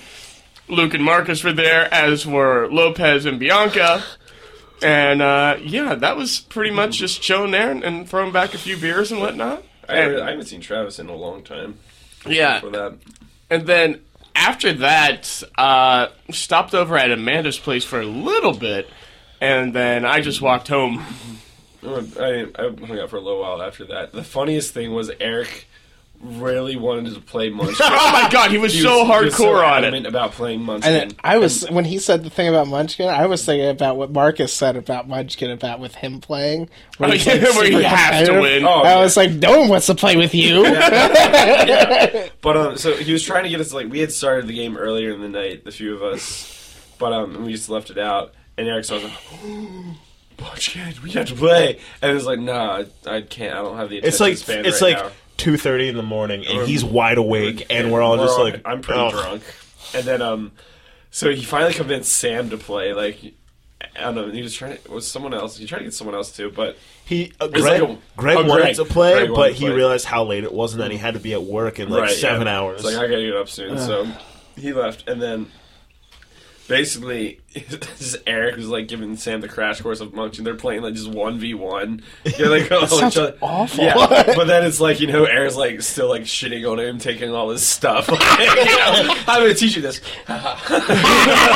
[SPEAKER 3] Luke and Marcus were there, as were Lopez and Bianca. And uh, yeah, that was pretty much just chilling there and, and throwing back a few beers and whatnot.
[SPEAKER 2] I haven't, I haven't seen Travis in a long time.
[SPEAKER 3] Yeah,
[SPEAKER 2] For that,
[SPEAKER 3] and then after that, uh, stopped over at Amanda's place for a little bit, and then I just walked home.
[SPEAKER 2] I, I hung out for a little while after that. The funniest thing was Eric really wanted to play Munchkin.
[SPEAKER 3] Oh my god, he was
[SPEAKER 2] He was-
[SPEAKER 3] so
[SPEAKER 2] he was so
[SPEAKER 3] hardcore on it.
[SPEAKER 2] adamant about playing Munchkin.
[SPEAKER 4] And I was when he said the thing about Munchkin, I was thinking about what Marcus said about Munchkin about with him playing. Where,
[SPEAKER 3] Oh,
[SPEAKER 4] he's,
[SPEAKER 3] yeah, where you
[SPEAKER 4] super
[SPEAKER 3] have to
[SPEAKER 4] competitive.
[SPEAKER 3] win.
[SPEAKER 2] Oh,
[SPEAKER 4] I
[SPEAKER 2] yeah.
[SPEAKER 4] was like, no one wants to play with you.
[SPEAKER 2] But um, so he was trying to get us like we had started the game earlier in the night, the few of us, but um, we just left it out. And Eric's was like, "Munchkin, we have to play." And it's like, "Nah, I, I can't. I don't have the attention
[SPEAKER 1] It's like
[SPEAKER 2] span
[SPEAKER 1] it's
[SPEAKER 2] right
[SPEAKER 1] like
[SPEAKER 2] now."
[SPEAKER 1] two thirty in the morning, and he's wide awake, and we're all just
[SPEAKER 2] all-
[SPEAKER 1] like,
[SPEAKER 2] I'm pretty
[SPEAKER 1] "Oh,
[SPEAKER 2] drunk." And then um, so he finally convinced Sam to play. Like, I don't know. He was trying. It was someone else. He tried to get someone else too, but
[SPEAKER 1] He uh,
[SPEAKER 2] was
[SPEAKER 1] Greg,
[SPEAKER 2] like a-
[SPEAKER 1] Greg
[SPEAKER 2] oh,
[SPEAKER 1] wanted
[SPEAKER 2] Greg.
[SPEAKER 1] to play,
[SPEAKER 2] Greg wanted
[SPEAKER 1] but
[SPEAKER 2] to
[SPEAKER 1] he
[SPEAKER 2] play. Mm.
[SPEAKER 1] realized how late it was, and that he had to be at work in like
[SPEAKER 2] Right,
[SPEAKER 1] seven
[SPEAKER 2] yeah.
[SPEAKER 1] hours.
[SPEAKER 2] It's like I gotta get up soon. So he left, and then basically, just Eric was like giving Sam the crash course of Munch, and they're playing like just one v one. They're like, oh,
[SPEAKER 4] sounds
[SPEAKER 2] each other-
[SPEAKER 4] awful.
[SPEAKER 2] Yeah, but then it's like you know, Eric's like still like shitting on him, taking all his stuff. Like, you know, I'm gonna teach you this.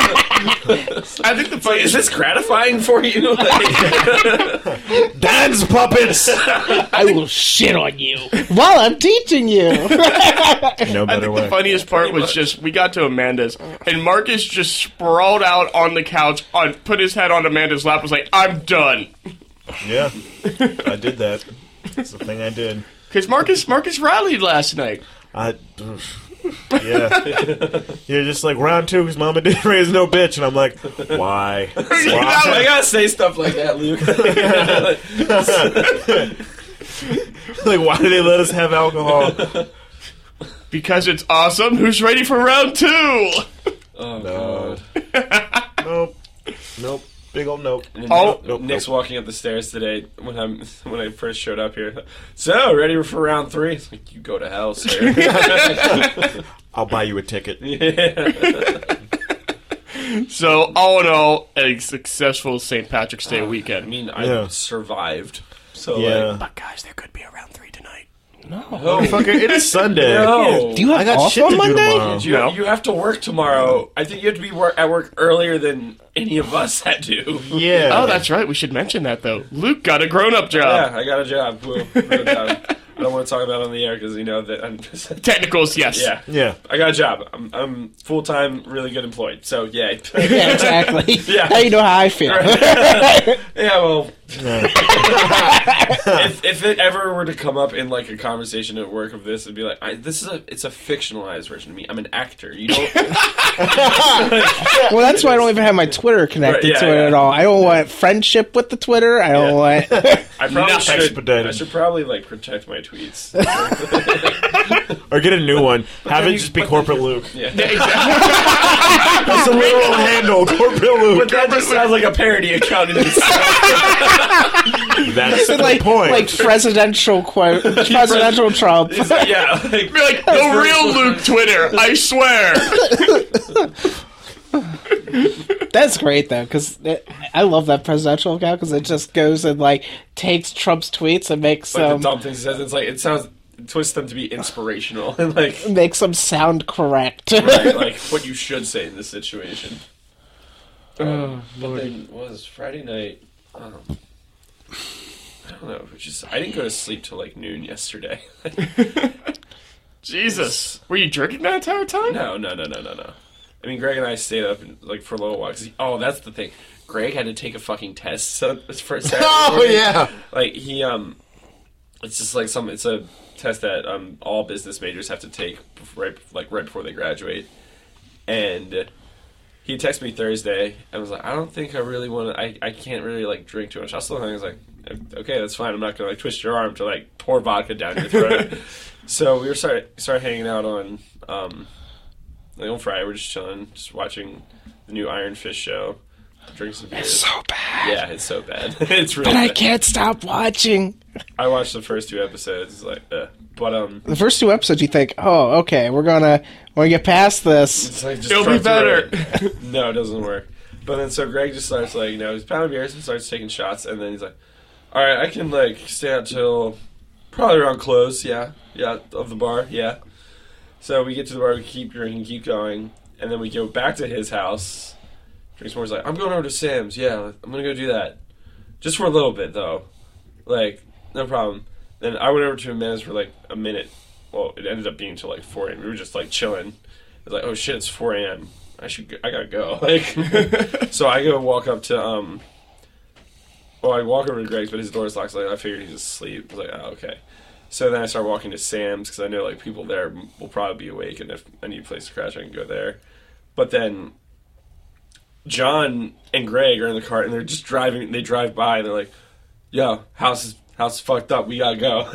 [SPEAKER 3] I think the
[SPEAKER 2] Like,
[SPEAKER 3] funny
[SPEAKER 2] is this gratifying for you? Like,
[SPEAKER 1] Dance puppets.
[SPEAKER 4] I will shit on you while I'm teaching you.
[SPEAKER 1] no
[SPEAKER 3] I
[SPEAKER 1] better
[SPEAKER 3] think the
[SPEAKER 1] way.
[SPEAKER 3] funniest part was just we got to Amanda's and Marcus just sprawled out on the couch on put his head on Amanda's lap was like I'm done
[SPEAKER 1] yeah, I did that. It's the thing I did.
[SPEAKER 3] because Marcus Marcus rallied last night
[SPEAKER 1] I, oof. Yeah. You're just like, round two, because mama didn't raise no bitch. And I'm like, why?
[SPEAKER 3] That
[SPEAKER 1] Why?
[SPEAKER 2] I gotta say stuff like that, Luke.
[SPEAKER 1] like, why do they let us have alcohol?
[SPEAKER 3] Because it's awesome. Who's ready for round two?
[SPEAKER 2] oh god.
[SPEAKER 1] Nope. Nope. Big old nope.
[SPEAKER 3] Oh,
[SPEAKER 1] nope,
[SPEAKER 2] Nick's
[SPEAKER 1] nope.
[SPEAKER 2] walking up the stairs today when I'm when I first showed up here. So ready for round three? It's like you go to hell, sir.
[SPEAKER 1] I'll buy you a ticket.
[SPEAKER 3] So, all in all, a successful St. Patrick's Day
[SPEAKER 2] I
[SPEAKER 3] weekend.
[SPEAKER 2] mean, I
[SPEAKER 1] Yeah.
[SPEAKER 2] survived. So
[SPEAKER 1] Yeah.
[SPEAKER 2] like,
[SPEAKER 3] But, guys, there could be a round three tonight.
[SPEAKER 2] oh,
[SPEAKER 1] Fucker, it is Sunday.
[SPEAKER 2] no.
[SPEAKER 4] Do you have
[SPEAKER 1] I got
[SPEAKER 4] off
[SPEAKER 1] shit
[SPEAKER 4] on
[SPEAKER 1] to do
[SPEAKER 4] Monday?
[SPEAKER 1] tomorrow.
[SPEAKER 2] You,
[SPEAKER 3] No.
[SPEAKER 2] you have to work tomorrow. I think you have to be wor- at work earlier than any of us had to.
[SPEAKER 1] Yeah.
[SPEAKER 3] Oh, that's right. We should mention that, though. Luke got a grown up job.
[SPEAKER 2] Yeah, I got a job. Woo. Real job. I don't want to talk about it on the air because you know that I'm just.
[SPEAKER 3] Technicals, yes.
[SPEAKER 2] Yeah.
[SPEAKER 1] Yeah.
[SPEAKER 2] I got a job. I'm, I'm full time, really good employed. So, yeah.
[SPEAKER 4] Yeah, exactly.
[SPEAKER 2] Yeah.
[SPEAKER 4] Now you know how I feel.
[SPEAKER 2] Yeah, well, if, if it ever were to come up in like a conversation at work of this, it'd be like, I, this is a it's a fictionalized version of me. I'm an actor. You don't.
[SPEAKER 4] Well, that's why I don't even have my Twitter connected
[SPEAKER 2] Right, yeah,
[SPEAKER 4] to it
[SPEAKER 2] yeah.
[SPEAKER 4] at all. I don't want friendship with the Twitter. I don't want.
[SPEAKER 2] I probably
[SPEAKER 1] Not
[SPEAKER 2] should.
[SPEAKER 1] expedited.
[SPEAKER 2] I should probably like protect my tweets.
[SPEAKER 1] Or get a new one. Have
[SPEAKER 2] then
[SPEAKER 1] it
[SPEAKER 2] you-
[SPEAKER 1] just be
[SPEAKER 2] but then
[SPEAKER 1] Corporate Luke.
[SPEAKER 2] Yeah.
[SPEAKER 1] That's a literal handle, Corporate
[SPEAKER 2] But
[SPEAKER 1] Luke.
[SPEAKER 2] that just sounds like a parody account in itself.
[SPEAKER 1] That's the
[SPEAKER 4] like
[SPEAKER 1] point.
[SPEAKER 4] like presidential quote, presidential Trump.
[SPEAKER 2] yeah. Like,
[SPEAKER 3] Be like, the real Luke Twitter, I swear.
[SPEAKER 4] That's great though, because I love that presidential account because it just goes and like takes Trump's tweets and makes
[SPEAKER 2] like the
[SPEAKER 4] them
[SPEAKER 2] dumb things it says. It's like it sounds twist them to be inspirational and like
[SPEAKER 4] makes them sound correct.
[SPEAKER 2] right, like what you should say in this situation. Um, but then was Friday night. Um, I don't know. It was just I didn't go to sleep till like noon yesterday.
[SPEAKER 3] Jesus. Were you drinking that entire time?
[SPEAKER 2] no, no, no, no, no, no. I mean, Greg and I stayed up and, like for a little while. 'cause he- oh, that's the thing. Greg had to take a fucking test so, for Saturday
[SPEAKER 1] oh,
[SPEAKER 2] morning.
[SPEAKER 1] yeah.
[SPEAKER 2] Like he um, it's just like some. It's a test that um all business majors have to take bef- right like right before they graduate, and he texted me Thursday and was like, I don't think I really want to. I I can't really like drink too much. I still think I was like, okay, that's fine. I'm not gonna like twist your arm to like pour vodka down your throat. so we were start start hanging out on um like on Friday. We're just chilling, just watching the new Iron Fist show. Drink some beer.
[SPEAKER 4] bad.
[SPEAKER 2] yeah, it's so bad. it's really.
[SPEAKER 4] But I
[SPEAKER 2] bad.
[SPEAKER 4] can't stop watching.
[SPEAKER 2] I watched the first two episodes, it's like, uh, but um,
[SPEAKER 4] The first two episodes, you think, "Oh, okay, we're gonna we're gonna get past this."
[SPEAKER 2] it's like just
[SPEAKER 3] It'll be
[SPEAKER 2] front to
[SPEAKER 3] better.
[SPEAKER 2] right. no, it doesn't work. But then so Greg just starts like, you know, he's pounding beers and starts taking shots, and then he's like, "All right, I can like stay out till probably around close, yeah, yeah, of the bar, yeah." So we get to the bar, we keep drinking, keep going, and then we go back to his house. Drinks more. He's like, "I'm going over to Sam's, yeah, I'm gonna go do that, just for a little bit though, like no problem." Then I went over to Jimenez for like a minute. Well, it ended up being till like 4 a.m. We were just like chilling. It's like, oh shit, it's 4 a.m. I should, go, I gotta go. Like, so I go walk up to, um, well, I walk over to Greg's, but his door's locked. So like, I figured he's asleep. I was like, oh, okay. So then I start walking to Sam's because I know like people there will probably be awake, and if I need a place to crash, I can go there. But then John and Greg are in the car, and they're just driving. They drive by, and they're like, "Yo, house is house is fucked up. We gotta go.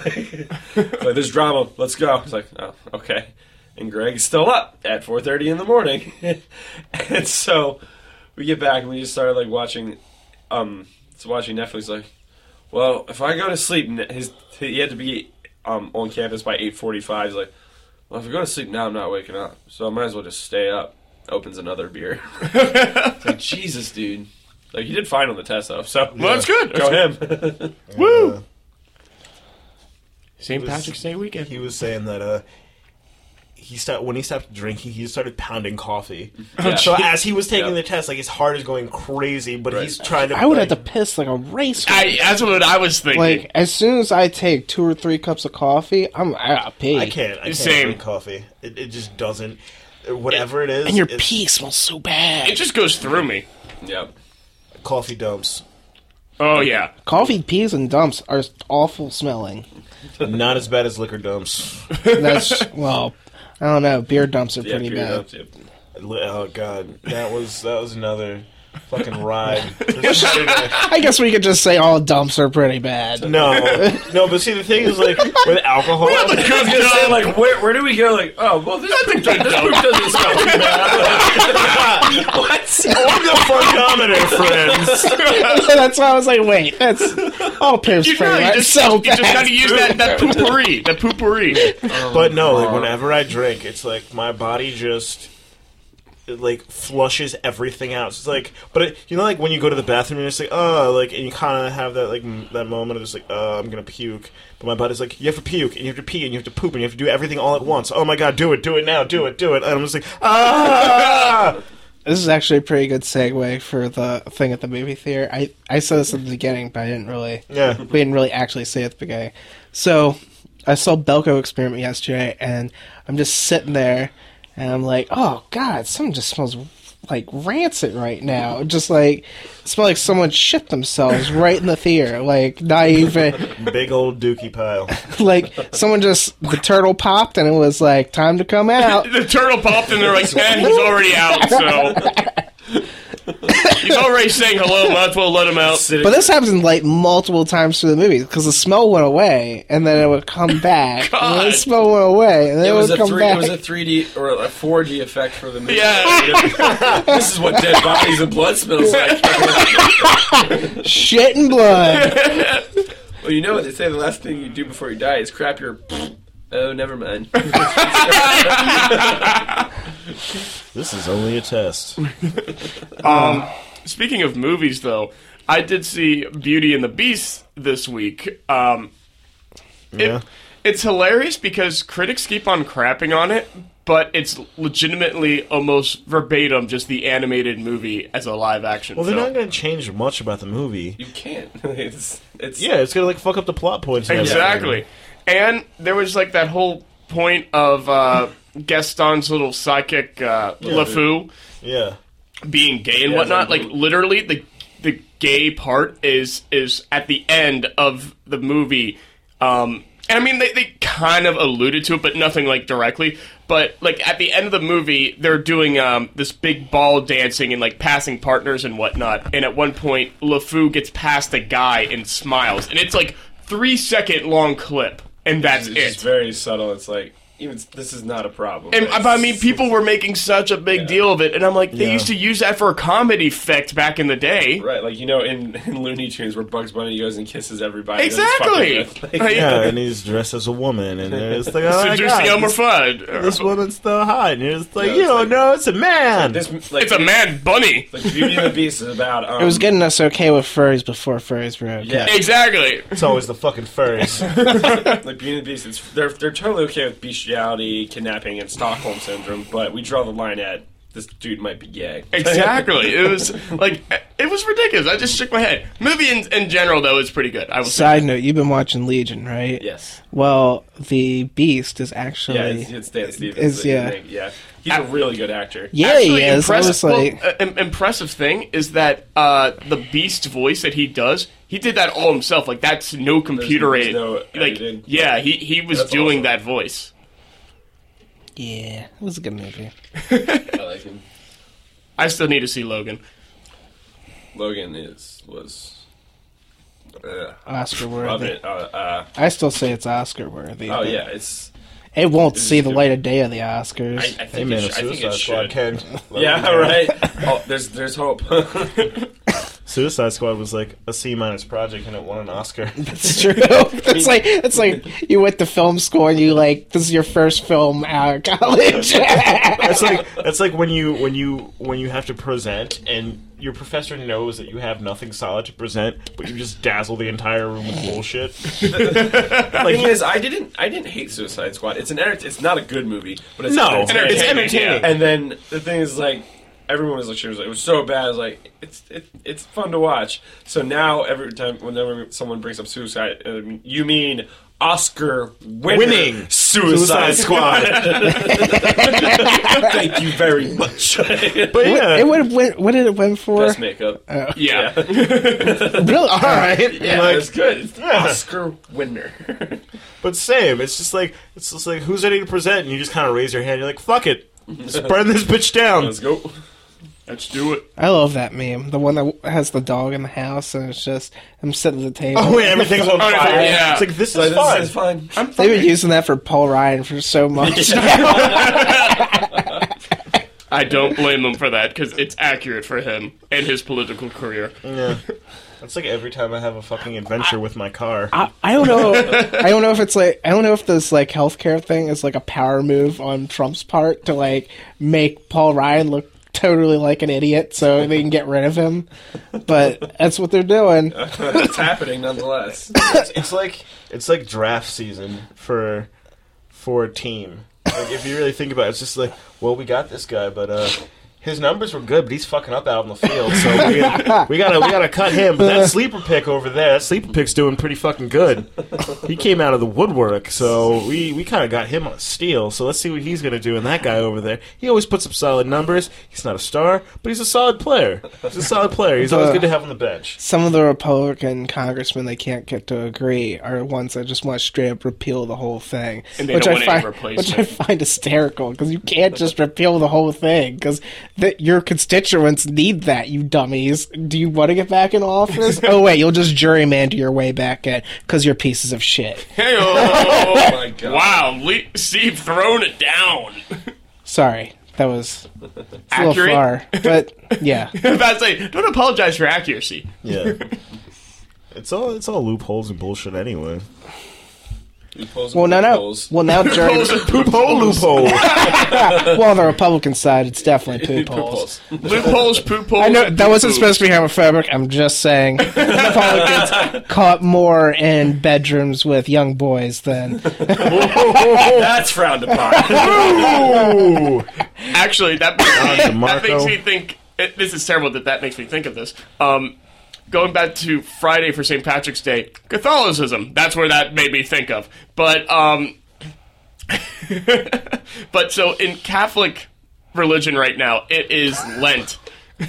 [SPEAKER 2] like there's drama. Let's go." It's like, "Oh, okay." And Greg's still up at 4:30 in the morning, and so we get back and we just started like watching, um, so watching Netflix. Like, well, if I go to sleep, n- his he had to be um on campus by 8:45. He's like, well, if I go to sleep now, I'm not waking up, so I might as well just stay up. Opens another beer. It's like Jesus, dude. Like he did fine on the test though, so
[SPEAKER 3] Well, that's good.
[SPEAKER 2] Go him.
[SPEAKER 3] Woo! St.
[SPEAKER 1] was-
[SPEAKER 3] Patrick's Day weekend.
[SPEAKER 1] He was saying that uh, he stopped when he stopped drinking. He started pounding coffee.
[SPEAKER 2] Yeah.
[SPEAKER 1] So as he was taking
[SPEAKER 2] Yeah.
[SPEAKER 1] the test, like his heart is going crazy, but
[SPEAKER 2] Right.
[SPEAKER 1] he's trying to.
[SPEAKER 4] I would have
[SPEAKER 1] like,
[SPEAKER 4] to piss like a racehorse.
[SPEAKER 3] I, that's what I was thinking.
[SPEAKER 4] like as soon as I take two or three cups of coffee, I'm I pee.
[SPEAKER 1] I can't. I can't
[SPEAKER 3] Same.
[SPEAKER 1] drink coffee. It, it just doesn't. Whatever it is,
[SPEAKER 4] And your
[SPEAKER 1] it's
[SPEAKER 4] pee smells so bad.
[SPEAKER 3] it just goes through me.
[SPEAKER 2] yep.
[SPEAKER 1] coffee dumps.
[SPEAKER 3] Oh, yeah.
[SPEAKER 4] Coffee peas and dumps are awful smelling.
[SPEAKER 1] Not as bad as liquor dumps.
[SPEAKER 4] That's well, I don't know. Beer dumps are pretty
[SPEAKER 2] beer
[SPEAKER 4] bad.
[SPEAKER 2] dumps, yep.
[SPEAKER 1] Oh god, that was that was another fucking ride.
[SPEAKER 4] I guess we could just say all dumps are pretty bad.
[SPEAKER 1] no, no, but see the thing is like with alcohol.
[SPEAKER 2] I was gonna say like where where do we go? Like oh well this poop, does, this poop doesn't smell too bad. what?
[SPEAKER 1] On the funkometer, friends.
[SPEAKER 4] that's why I was like, wait, that's all pimp's
[SPEAKER 3] You,
[SPEAKER 4] pretty
[SPEAKER 3] know, you
[SPEAKER 4] bad.
[SPEAKER 3] just,
[SPEAKER 4] so
[SPEAKER 3] you just
[SPEAKER 4] bad.
[SPEAKER 3] gotta use that, that poopery. That poopery.
[SPEAKER 1] But no, like whenever I drink, it's like my body just it, like flushes everything out. So it's like, but it, you know, like when you go to the bathroom, you're just like, oh, like, and you kind of have that like m- that moment of just like, oh, I'm gonna puke. But my body's like, you have to puke, and you have to pee, and you have to poop, and you have to do everything all at once. Oh my god, do it, do it now, do it, do it. And I'm just like, ah.
[SPEAKER 4] This is actually a pretty good segue for the thing at the movie theater. I, I said this at the beginning, but I didn't really.
[SPEAKER 1] Yeah.
[SPEAKER 4] We didn't really actually say it at the beginning. So I saw Belko experiment yesterday, and I'm just sitting there, and I'm like, oh god, something just smells like rancid right now. Just like it smelled like someone shit themselves right in the theater. Like not even
[SPEAKER 1] Big old dookie pile.
[SPEAKER 4] like someone just the turtle popped, and it was like time to come out.
[SPEAKER 3] The turtle popped and they're like, eh, he's already out, so. he's already saying hello, might as well let him out.
[SPEAKER 4] But this happens like multiple times through the movie because the smell went away and then it would come back. and then
[SPEAKER 3] God.
[SPEAKER 4] the smell went away and then
[SPEAKER 2] It
[SPEAKER 4] it,
[SPEAKER 2] was
[SPEAKER 4] would
[SPEAKER 2] a
[SPEAKER 4] come
[SPEAKER 2] three.
[SPEAKER 4] back.
[SPEAKER 2] It was a three D or a four D effect for the movie.
[SPEAKER 3] Yeah.
[SPEAKER 2] this is what dead bodies and blood smells like.
[SPEAKER 4] Shit and blood.
[SPEAKER 2] well, you know what they say. The last thing you do before you die is crap your. Oh, never mind.
[SPEAKER 1] This is only a test.
[SPEAKER 3] Speaking of movies, though, I did see Beauty and the Beast this week. Um, it-
[SPEAKER 1] Yeah.
[SPEAKER 3] it's hilarious because critics keep on crapping on it, but it's legitimately almost verbatim just the animated movie as a live action.
[SPEAKER 1] Well, they're
[SPEAKER 3] film.
[SPEAKER 1] not going to change much about the movie.
[SPEAKER 2] you can't. It's it's
[SPEAKER 1] Yeah, it's going to like fuck up the plot points. and everything.
[SPEAKER 3] Exactly. And there was like that whole point of uh, Gaston's little psychic uh, LeFou
[SPEAKER 1] Yeah.
[SPEAKER 3] being gay and
[SPEAKER 2] Yeah,
[SPEAKER 3] whatnot.
[SPEAKER 2] like-
[SPEAKER 3] Like literally, the the gay part is is at the end of the movie. Um, and I mean, they, they kind of alluded to it, but nothing like directly. But like at the end of the movie, they're doing um, this big ball dancing and like passing partners and whatnot. And at one point, LeFou gets past a guy and smiles, and it's like three second long clip, and that's
[SPEAKER 2] It's
[SPEAKER 3] it.
[SPEAKER 2] just very subtle. It's like even this is not a problem.
[SPEAKER 3] And
[SPEAKER 2] It's-
[SPEAKER 3] I mean, people were making such a big deal of it, and I'm like, they
[SPEAKER 1] Yeah.
[SPEAKER 3] used to use that for a comedy effect back in the day.
[SPEAKER 2] Right, like you know, in, in Looney Tunes, where Bugs Bunny goes and kisses everybody. that he's
[SPEAKER 3] Exactly.
[SPEAKER 2] fucking with.
[SPEAKER 3] Like-
[SPEAKER 1] Yeah, and he's dressed as a woman, and it's like, oh my
[SPEAKER 3] Seducing
[SPEAKER 1] God,
[SPEAKER 3] Elmer
[SPEAKER 1] this,
[SPEAKER 3] Fudd.
[SPEAKER 1] this woman's so hot, and it's like,
[SPEAKER 2] Yeah,
[SPEAKER 1] you
[SPEAKER 2] it's
[SPEAKER 1] don't
[SPEAKER 2] like-
[SPEAKER 1] know, it's a man.
[SPEAKER 2] this, like,
[SPEAKER 3] It's a mad bunny.
[SPEAKER 2] Like Beauty and the Beast is about. Um,
[SPEAKER 4] It was getting us okay with furries before furries were okay.
[SPEAKER 2] Yeah.
[SPEAKER 3] Exactly.
[SPEAKER 1] it's always the fucking furries.
[SPEAKER 2] Like Beauty and the Beast, it's, they're they're totally okay with bestiality, kidnapping, and Stockholm syndrome, but we draw the line at this dude might be gay.
[SPEAKER 3] Exactly. It was like it was ridiculous. I just shook my head. Movie in, in general though is pretty good. I will say.
[SPEAKER 4] Side note, you've been watching Legion, right?
[SPEAKER 2] yes.
[SPEAKER 4] Well, the Beast is actually
[SPEAKER 2] Yeah, it's, it's Dan Stevens.
[SPEAKER 4] It's- yeah.
[SPEAKER 2] yeah. He's a really good actor.
[SPEAKER 4] Yeah,
[SPEAKER 3] Actually,
[SPEAKER 4] he is. I was
[SPEAKER 3] impressive.
[SPEAKER 4] like,
[SPEAKER 3] well, uh, im- impressive thing is that uh, the beast voice that he does, he did that all himself. Like that's no computer
[SPEAKER 2] there's
[SPEAKER 3] aid.
[SPEAKER 2] no
[SPEAKER 3] like
[SPEAKER 2] editing.
[SPEAKER 3] yeah, he he was
[SPEAKER 2] That's
[SPEAKER 3] doing
[SPEAKER 2] awesome.
[SPEAKER 3] that voice.
[SPEAKER 4] yeah, it was a good movie.
[SPEAKER 2] I like him.
[SPEAKER 3] I still need to see Logan.
[SPEAKER 2] Logan is was. Uh,
[SPEAKER 4] Oscar
[SPEAKER 2] love
[SPEAKER 4] worthy.
[SPEAKER 2] it. Uh, uh,
[SPEAKER 4] I still say it's Oscar worthy.
[SPEAKER 2] oh yeah, it's.
[SPEAKER 4] It won't see the
[SPEAKER 2] stupid.
[SPEAKER 4] light of day of the Oscars.
[SPEAKER 2] I, I think
[SPEAKER 1] hey,
[SPEAKER 2] it
[SPEAKER 1] man,
[SPEAKER 2] sh-
[SPEAKER 1] if
[SPEAKER 2] I think
[SPEAKER 1] Suicide
[SPEAKER 2] it
[SPEAKER 1] Squad
[SPEAKER 2] should.
[SPEAKER 1] can.
[SPEAKER 2] Yeah, right. Oh, there's there's hope.
[SPEAKER 1] Suicide Squad was like a C minus project, and it won an Oscar.
[SPEAKER 4] It's true. It's like it's like you went to film school and you like this is your first film out of college.
[SPEAKER 1] That's like that's like when you when you when you have to present, and your professor knows that you have nothing solid to present, but you just dazzle the entire room with bullshit.
[SPEAKER 2] The thing is, I didn't I didn't hate Suicide Squad. It's an enter- it's not a good movie, but it's
[SPEAKER 1] No, it's
[SPEAKER 2] entertaining.
[SPEAKER 3] entertaining.
[SPEAKER 2] And then the thing is, like everyone was like, she was like, it was so bad. I was like, it's it, it's fun to watch. So now every time whenever someone brings up Suicide, um, uh, you mean Oscar winner,
[SPEAKER 1] Winning
[SPEAKER 2] Suicide,
[SPEAKER 1] Suicide Squad.
[SPEAKER 2] Thank you very much.
[SPEAKER 1] But yeah,
[SPEAKER 4] It would have went. What did it win for?
[SPEAKER 2] Best makeup.
[SPEAKER 3] Yeah.
[SPEAKER 4] Really? All right.
[SPEAKER 2] Yeah,
[SPEAKER 1] Like-
[SPEAKER 2] that's good.
[SPEAKER 1] Yeah.
[SPEAKER 2] Oscar winner.
[SPEAKER 1] but same. It's just like it's just like who's ready to present, and you just kind of raise your hand. You're like, fuck it, just burn this bitch down.
[SPEAKER 2] Let's go.
[SPEAKER 3] Let's do it.
[SPEAKER 4] I love that meme. The one that w- has the dog in the house, and it's just I'm sitting at the table.
[SPEAKER 1] Oh wait, everything's on
[SPEAKER 3] Oh, no,
[SPEAKER 1] fire.
[SPEAKER 3] yeah.
[SPEAKER 1] It's like this
[SPEAKER 2] Like,
[SPEAKER 1] is fun.
[SPEAKER 2] This is fine. I'm
[SPEAKER 4] They've been using that for Paul Ryan for so much.
[SPEAKER 3] I don't blame him for that because it's accurate for him and his political career.
[SPEAKER 1] Yeah. That's like every time I have a fucking adventure with my car.
[SPEAKER 4] I, I don't know. I don't know if it's like I don't know if this like healthcare thing is like a power move on Trump's part to like make Paul Ryan look totally like an idiot so they can get rid of him. But that's what they're doing.
[SPEAKER 2] it's happening nonetheless.
[SPEAKER 1] It's, it's like it's like draft season for for a team. Like if you really think about it, it's just like, well, we got this guy, but uh his numbers were good, but he's fucking up out on the field. So we, we gotta we gotta cut him. But that sleeper pick over there, that sleeper pick's doing pretty fucking good. He came out of the woodwork, so we we kind of got him on a steal. So let's see what he's gonna do. And that guy over there, he always puts up solid numbers. He's not a star, but he's a solid player. He's a solid player. He's always good to have on the bench.
[SPEAKER 4] Some of the Republican congressmen they can't get to agree are ones that just want to straight up repeal the whole thing,
[SPEAKER 3] And they don't want any
[SPEAKER 4] find
[SPEAKER 3] replacement.
[SPEAKER 4] which I find hysterical because you can't just repeal the whole thing because that your constituents need that. You dummies, do you want to get back in office? oh wait, you'll just gerrymander your way back in because you're pieces of shit.
[SPEAKER 3] Hey,
[SPEAKER 2] Oh
[SPEAKER 3] oh,
[SPEAKER 2] my god.
[SPEAKER 3] wow, Le- Steve throwing it down.
[SPEAKER 4] Sorry, that was it's a little
[SPEAKER 3] Accurate.
[SPEAKER 4] far, but yeah,
[SPEAKER 3] About to say, don't apologize for accuracy.
[SPEAKER 1] Yeah. It's all it's all loopholes and bullshit anyway.
[SPEAKER 2] Loopholes and
[SPEAKER 4] well now now
[SPEAKER 2] loopholes.
[SPEAKER 4] well now gerry
[SPEAKER 3] Loopholes and
[SPEAKER 1] Poophole loophole.
[SPEAKER 4] well on the Republican side it's definitely poop holes.
[SPEAKER 2] Loopholes.
[SPEAKER 3] Loopholes, poop holes.
[SPEAKER 4] I know
[SPEAKER 3] and
[SPEAKER 4] that wasn't
[SPEAKER 3] poop-poops.
[SPEAKER 4] supposed to be homophobic. I'm just saying Republicans caught more in bedrooms with young boys than
[SPEAKER 2] That's frowned upon.
[SPEAKER 1] Ooh.
[SPEAKER 3] Actually, that, that
[SPEAKER 1] DeMarco.
[SPEAKER 3] makes me think. It, this is terrible that that makes me think of this. Um, going back to Friday for St. Patrick's Day, Catholicism. That's where that made me think of. But um, but so in Catholic religion right now, it is Lent.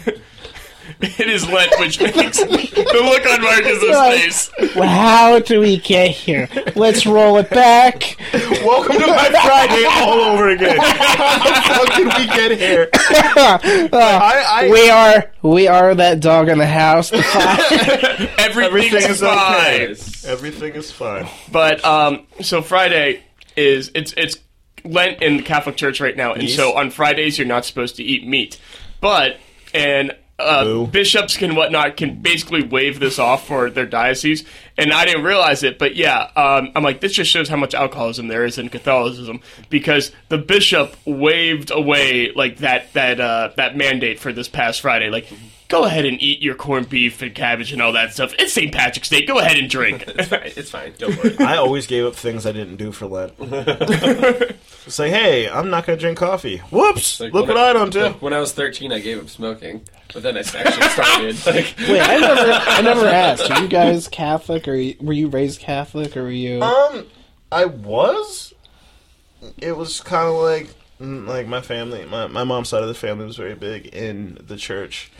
[SPEAKER 3] it is Lent, which makes the look on Marcus's face.
[SPEAKER 4] well, how do we get here? Let's roll it back.
[SPEAKER 1] Welcome to my Friday all over again. How the fuck did we get here? I, I,
[SPEAKER 4] We are we are that dog in the house. The fi-
[SPEAKER 3] Everything's
[SPEAKER 1] everything is
[SPEAKER 3] fine.
[SPEAKER 1] okay. Everything is fine.
[SPEAKER 3] But um, so Friday is it's it's Lent in the Catholic Church right now, and so on Fridays you're not supposed to eat meat. But and uh,
[SPEAKER 1] Boo.
[SPEAKER 3] bishops can whatnot can basically waive this off for their diocese, and I didn't realize it. But yeah, um, I'm like this just shows how much alcoholism there is in Catholicism because the bishop waived away like that that uh, that mandate for this past Friday, like. Go ahead and eat your corned beef and cabbage and all that stuff. It's St. Patrick's Day. Go ahead and drink.
[SPEAKER 2] It's fine. It's fine. Don't worry.
[SPEAKER 1] I always gave up things I didn't do for Lent. It's like, hey, I'm not gonna drink coffee. Whoops!
[SPEAKER 2] Like,
[SPEAKER 1] Look what I don't do.
[SPEAKER 2] When I was 13, I gave up smoking, but then I actually started. Like,
[SPEAKER 4] Wait, I never I never asked. Are you guys Catholic or you- were you raised Catholic or were you?
[SPEAKER 1] Um, I was. It was kind of like mm, like my family, my my mom's side of the family was very big in the church.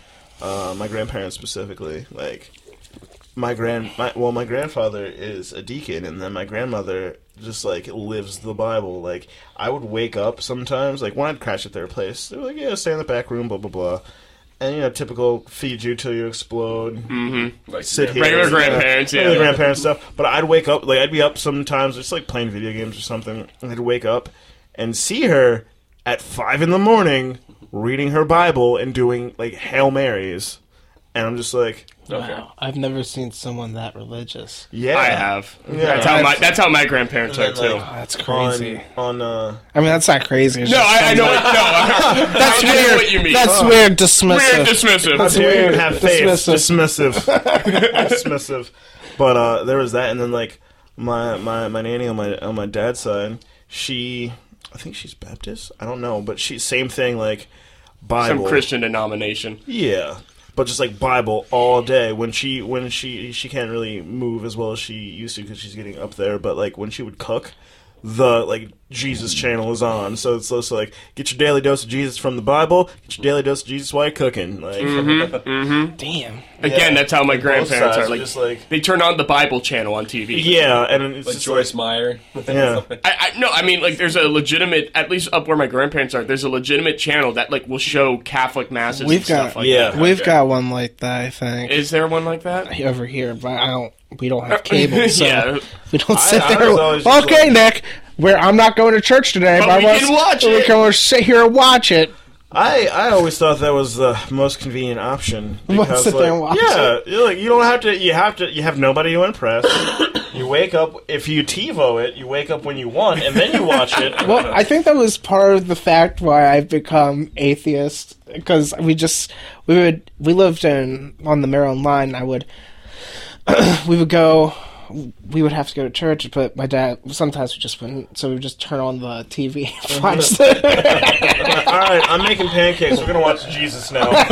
[SPEAKER 1] Uh, my grandparents specifically, like my grand, my, well, my grandfather is a deacon, and then my grandmother just like lives the Bible. Like I would wake up sometimes, like when I'd crash at their place, they were like, "Yeah, stay in the back room," blah blah blah, and you know, typical feed you till you explode,
[SPEAKER 2] like
[SPEAKER 1] sit here. uh,
[SPEAKER 3] Regular grandparents, yeah.
[SPEAKER 1] Regular grandparents stuff. But I'd wake up, like, I'd be up sometimes, just like playing video games or something. And I'd wake up and see her at five in the morning reading her Bible and doing, like, Hail Marys. And I'm just like,
[SPEAKER 2] Okay.
[SPEAKER 4] Wow, I've never seen someone that religious.
[SPEAKER 1] yeah.
[SPEAKER 3] I have.
[SPEAKER 1] Yeah.
[SPEAKER 3] that's how my that's how my grandparents are
[SPEAKER 1] And
[SPEAKER 3] too.
[SPEAKER 1] then,
[SPEAKER 4] Oh,
[SPEAKER 1] like,
[SPEAKER 4] that's
[SPEAKER 1] on,
[SPEAKER 4] crazy.
[SPEAKER 1] on, uh,
[SPEAKER 4] I mean, that's not crazy. it's
[SPEAKER 3] no,
[SPEAKER 4] just-
[SPEAKER 3] I, I know. What, no, I, that's I know what you mean.
[SPEAKER 4] That's weird. Dismissive.
[SPEAKER 3] weird, dismissive.
[SPEAKER 1] How dare you
[SPEAKER 4] weird.
[SPEAKER 1] have faith.
[SPEAKER 4] Dismissive.
[SPEAKER 1] Dismissive. Dismissive. But uh, there was that, and then like my my my nanny on my on my dad's side, she I think she's Baptist. I don't know, but she same thing like Bible.
[SPEAKER 3] Some Christian denomination.
[SPEAKER 1] Yeah. but just like Bible all day when she when she she can't really move as well as she used to because she's getting up there. But like when she would cook, the like Jesus channel is on, so it's also like get your daily dose of Jesus from the Bible, get your daily dose of Jesus while you're cooking. Like
[SPEAKER 2] Mm-hmm.
[SPEAKER 4] Damn.
[SPEAKER 3] Again, that's how my
[SPEAKER 1] both
[SPEAKER 3] grandparents
[SPEAKER 1] sides
[SPEAKER 3] are.
[SPEAKER 1] are
[SPEAKER 3] Like,
[SPEAKER 1] just like
[SPEAKER 3] they turn on the Bible channel on TV.
[SPEAKER 1] yeah, and it's
[SPEAKER 2] Like
[SPEAKER 1] just
[SPEAKER 2] Joyce Meyer.
[SPEAKER 1] like, yeah.
[SPEAKER 3] I, I no, I mean like there's a legitimate at least up where my grandparents are, there's a legitimate channel that like will show Catholic masses
[SPEAKER 4] We've
[SPEAKER 3] and stuff
[SPEAKER 4] got-
[SPEAKER 3] like
[SPEAKER 1] Yeah.
[SPEAKER 3] that.
[SPEAKER 4] We've got one like that, I think,
[SPEAKER 3] Is there one like that?
[SPEAKER 4] over here, but I don't. We don't have cable, so
[SPEAKER 3] Yeah.
[SPEAKER 4] we don't sit
[SPEAKER 1] I
[SPEAKER 4] there.
[SPEAKER 1] was always
[SPEAKER 4] with-
[SPEAKER 1] just
[SPEAKER 4] okay,
[SPEAKER 1] like-
[SPEAKER 4] Nick, where I'm not going to church today,
[SPEAKER 3] But
[SPEAKER 4] I
[SPEAKER 3] we
[SPEAKER 4] must-
[SPEAKER 3] can watch
[SPEAKER 4] We
[SPEAKER 3] it.
[SPEAKER 4] can sit here and watch it.
[SPEAKER 1] I, I always thought that was the most convenient option
[SPEAKER 4] must
[SPEAKER 1] because
[SPEAKER 4] sit there and
[SPEAKER 1] like,
[SPEAKER 4] watch
[SPEAKER 1] yeah, you're like you don't have to you have to you have nobody to impress. you wake up if you TiVo it, you wake up when you want, and then you watch it.
[SPEAKER 4] Well, I think that was part of the fact why I've become atheist because we just we would we lived in on the Maryland line. And I would we would go we would have to go to church, but my dad sometimes we just wouldn't, so we would just turn on the TV and watch the.
[SPEAKER 1] All right, I'm making pancakes. We're gonna watch Jesus now.
[SPEAKER 4] and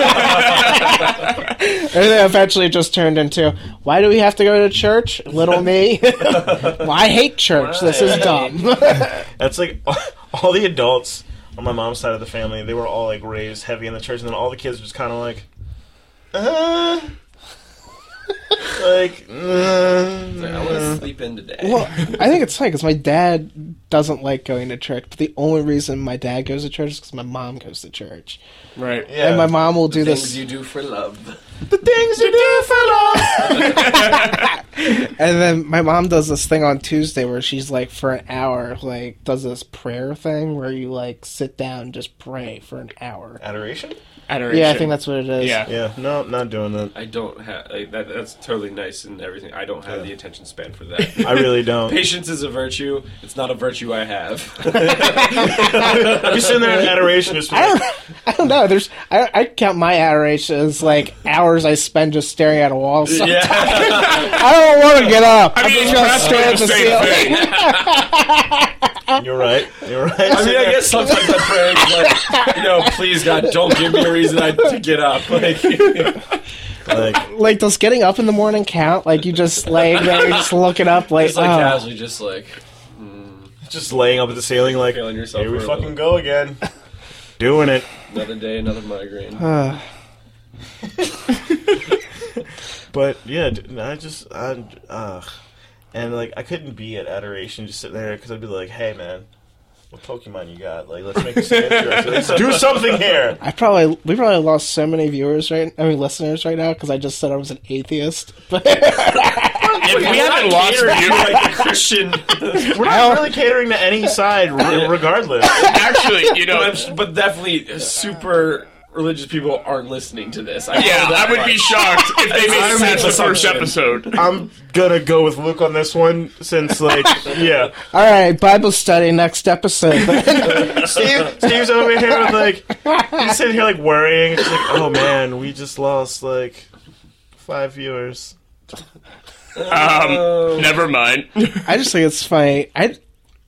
[SPEAKER 4] then eventually, it just turned into why do we have to go to church, little me? well, I hate church. This is dumb.
[SPEAKER 1] That's like all the adults on my mom's side of the family. They were all like raised heavy in the church, and then all the kids were just kind of like, uh, like. Uh,
[SPEAKER 2] I want to sleep in today.
[SPEAKER 4] Well, I think it's funny because my dad doesn't like going to church, but the only reason my dad goes to church is because my mom goes to church,
[SPEAKER 3] Right.
[SPEAKER 1] yeah.
[SPEAKER 4] and my mom will do
[SPEAKER 2] Things
[SPEAKER 4] this,
[SPEAKER 2] you do for love.
[SPEAKER 1] the things you do for love.
[SPEAKER 4] and then my mom does this thing on Tuesday where she's like for an hour, like does this prayer thing where you like sit down and just pray for an hour.
[SPEAKER 1] Adoration?
[SPEAKER 3] Adoration.
[SPEAKER 4] Yeah, I think that's what it is.
[SPEAKER 3] Yeah.
[SPEAKER 1] Yeah, no, not doing that.
[SPEAKER 2] I don't have like, that. That's totally nice and everything. I don't have the attention span for that.
[SPEAKER 1] I really don't.
[SPEAKER 2] Patience is a virtue. It's not a virtue I have.
[SPEAKER 1] You're sitting there in adoration. Just
[SPEAKER 4] I don't, I don't know. There's I, I count my adoration as like hours I spend just staring at a wall. So
[SPEAKER 2] yeah.
[SPEAKER 4] I don't want to get up. I
[SPEAKER 3] mean,
[SPEAKER 4] just
[SPEAKER 3] it's
[SPEAKER 4] want to
[SPEAKER 3] not
[SPEAKER 4] stare at
[SPEAKER 3] the same
[SPEAKER 4] the ceiling.
[SPEAKER 1] you're right. You're right.
[SPEAKER 2] I mean, I guess sometimes I pray, like, you know, please God, don't give me a reason I, to get up. Like,
[SPEAKER 1] Like,
[SPEAKER 4] like does getting up in the morning count? Like you just laying there, you're just looking up, like,
[SPEAKER 2] just like
[SPEAKER 4] oh.
[SPEAKER 2] casually, just like
[SPEAKER 1] just laying up at the ceiling, like,
[SPEAKER 2] feeling
[SPEAKER 1] here
[SPEAKER 2] yourself.
[SPEAKER 1] we
[SPEAKER 2] for a
[SPEAKER 1] fucking
[SPEAKER 2] little-
[SPEAKER 1] go again. Doing it.
[SPEAKER 2] Another day, another migraine.
[SPEAKER 4] Uh,
[SPEAKER 1] But yeah, d- I just, I, uh, and like, I couldn't be at adoration just sitting there because I'd be like, hey, man. What Pokemon you got? Like, let's make this interesting. Let's do something here.
[SPEAKER 4] I probably we probably lost so many viewers right, I mean listeners right now because I just said I was an atheist. But
[SPEAKER 3] If we haven't lost you.
[SPEAKER 2] like a Christian.
[SPEAKER 1] We're
[SPEAKER 4] Ow.
[SPEAKER 1] not really catering to any side, re- regardless.
[SPEAKER 3] Actually, you know,
[SPEAKER 2] but, but definitely, super religious people aren't listening to this. I know
[SPEAKER 3] yeah,
[SPEAKER 2] that
[SPEAKER 3] I would be
[SPEAKER 2] much.
[SPEAKER 3] shocked if they made it
[SPEAKER 2] Iron
[SPEAKER 3] past the
[SPEAKER 2] Man's
[SPEAKER 3] first
[SPEAKER 2] assumption.
[SPEAKER 3] episode.
[SPEAKER 1] I'm gonna go with Luke on this one, since like, yeah,
[SPEAKER 4] all right, Bible study next episode.
[SPEAKER 1] Steve, Steve's over here with like he's sitting here like worrying. It's like, oh man, we just lost like five viewers.
[SPEAKER 3] Um, never mind.
[SPEAKER 4] I just think it's funny. I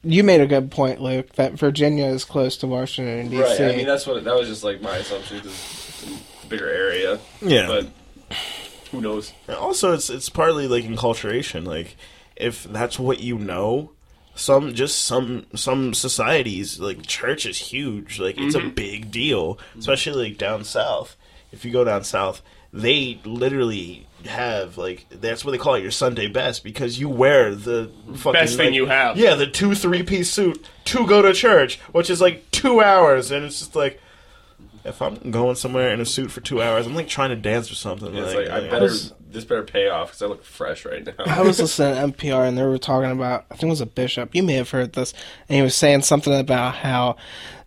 [SPEAKER 4] you made a good point, Luke, that Virginia is close to Washington D.C.
[SPEAKER 2] Right. I mean, that's what that was just like my assumption because bigger area.
[SPEAKER 1] Yeah.
[SPEAKER 2] But who knows?
[SPEAKER 1] And also, it's it's partly like enculturation. Like if that's what you know, some just some some societies like church is huge. Like it's
[SPEAKER 3] Mm-hmm.
[SPEAKER 1] a big deal, especially like down south. If you go down south, they literally have like that's what they call it your Sunday best because you wear the fucking,
[SPEAKER 3] Best thing
[SPEAKER 1] like-
[SPEAKER 3] you have.
[SPEAKER 1] Yeah, the two three piece suit to go to church, which is like two hours, and it's just like. If I'm going somewhere in a suit for two hours, I'm like trying to dance or something.
[SPEAKER 2] It's like, I
[SPEAKER 1] yeah.
[SPEAKER 2] better this better pay off because I look fresh right
[SPEAKER 4] I
[SPEAKER 2] now.
[SPEAKER 4] was listening to NPR and they were talking about I think it was a bishop. You may have heard this, and he was saying something about how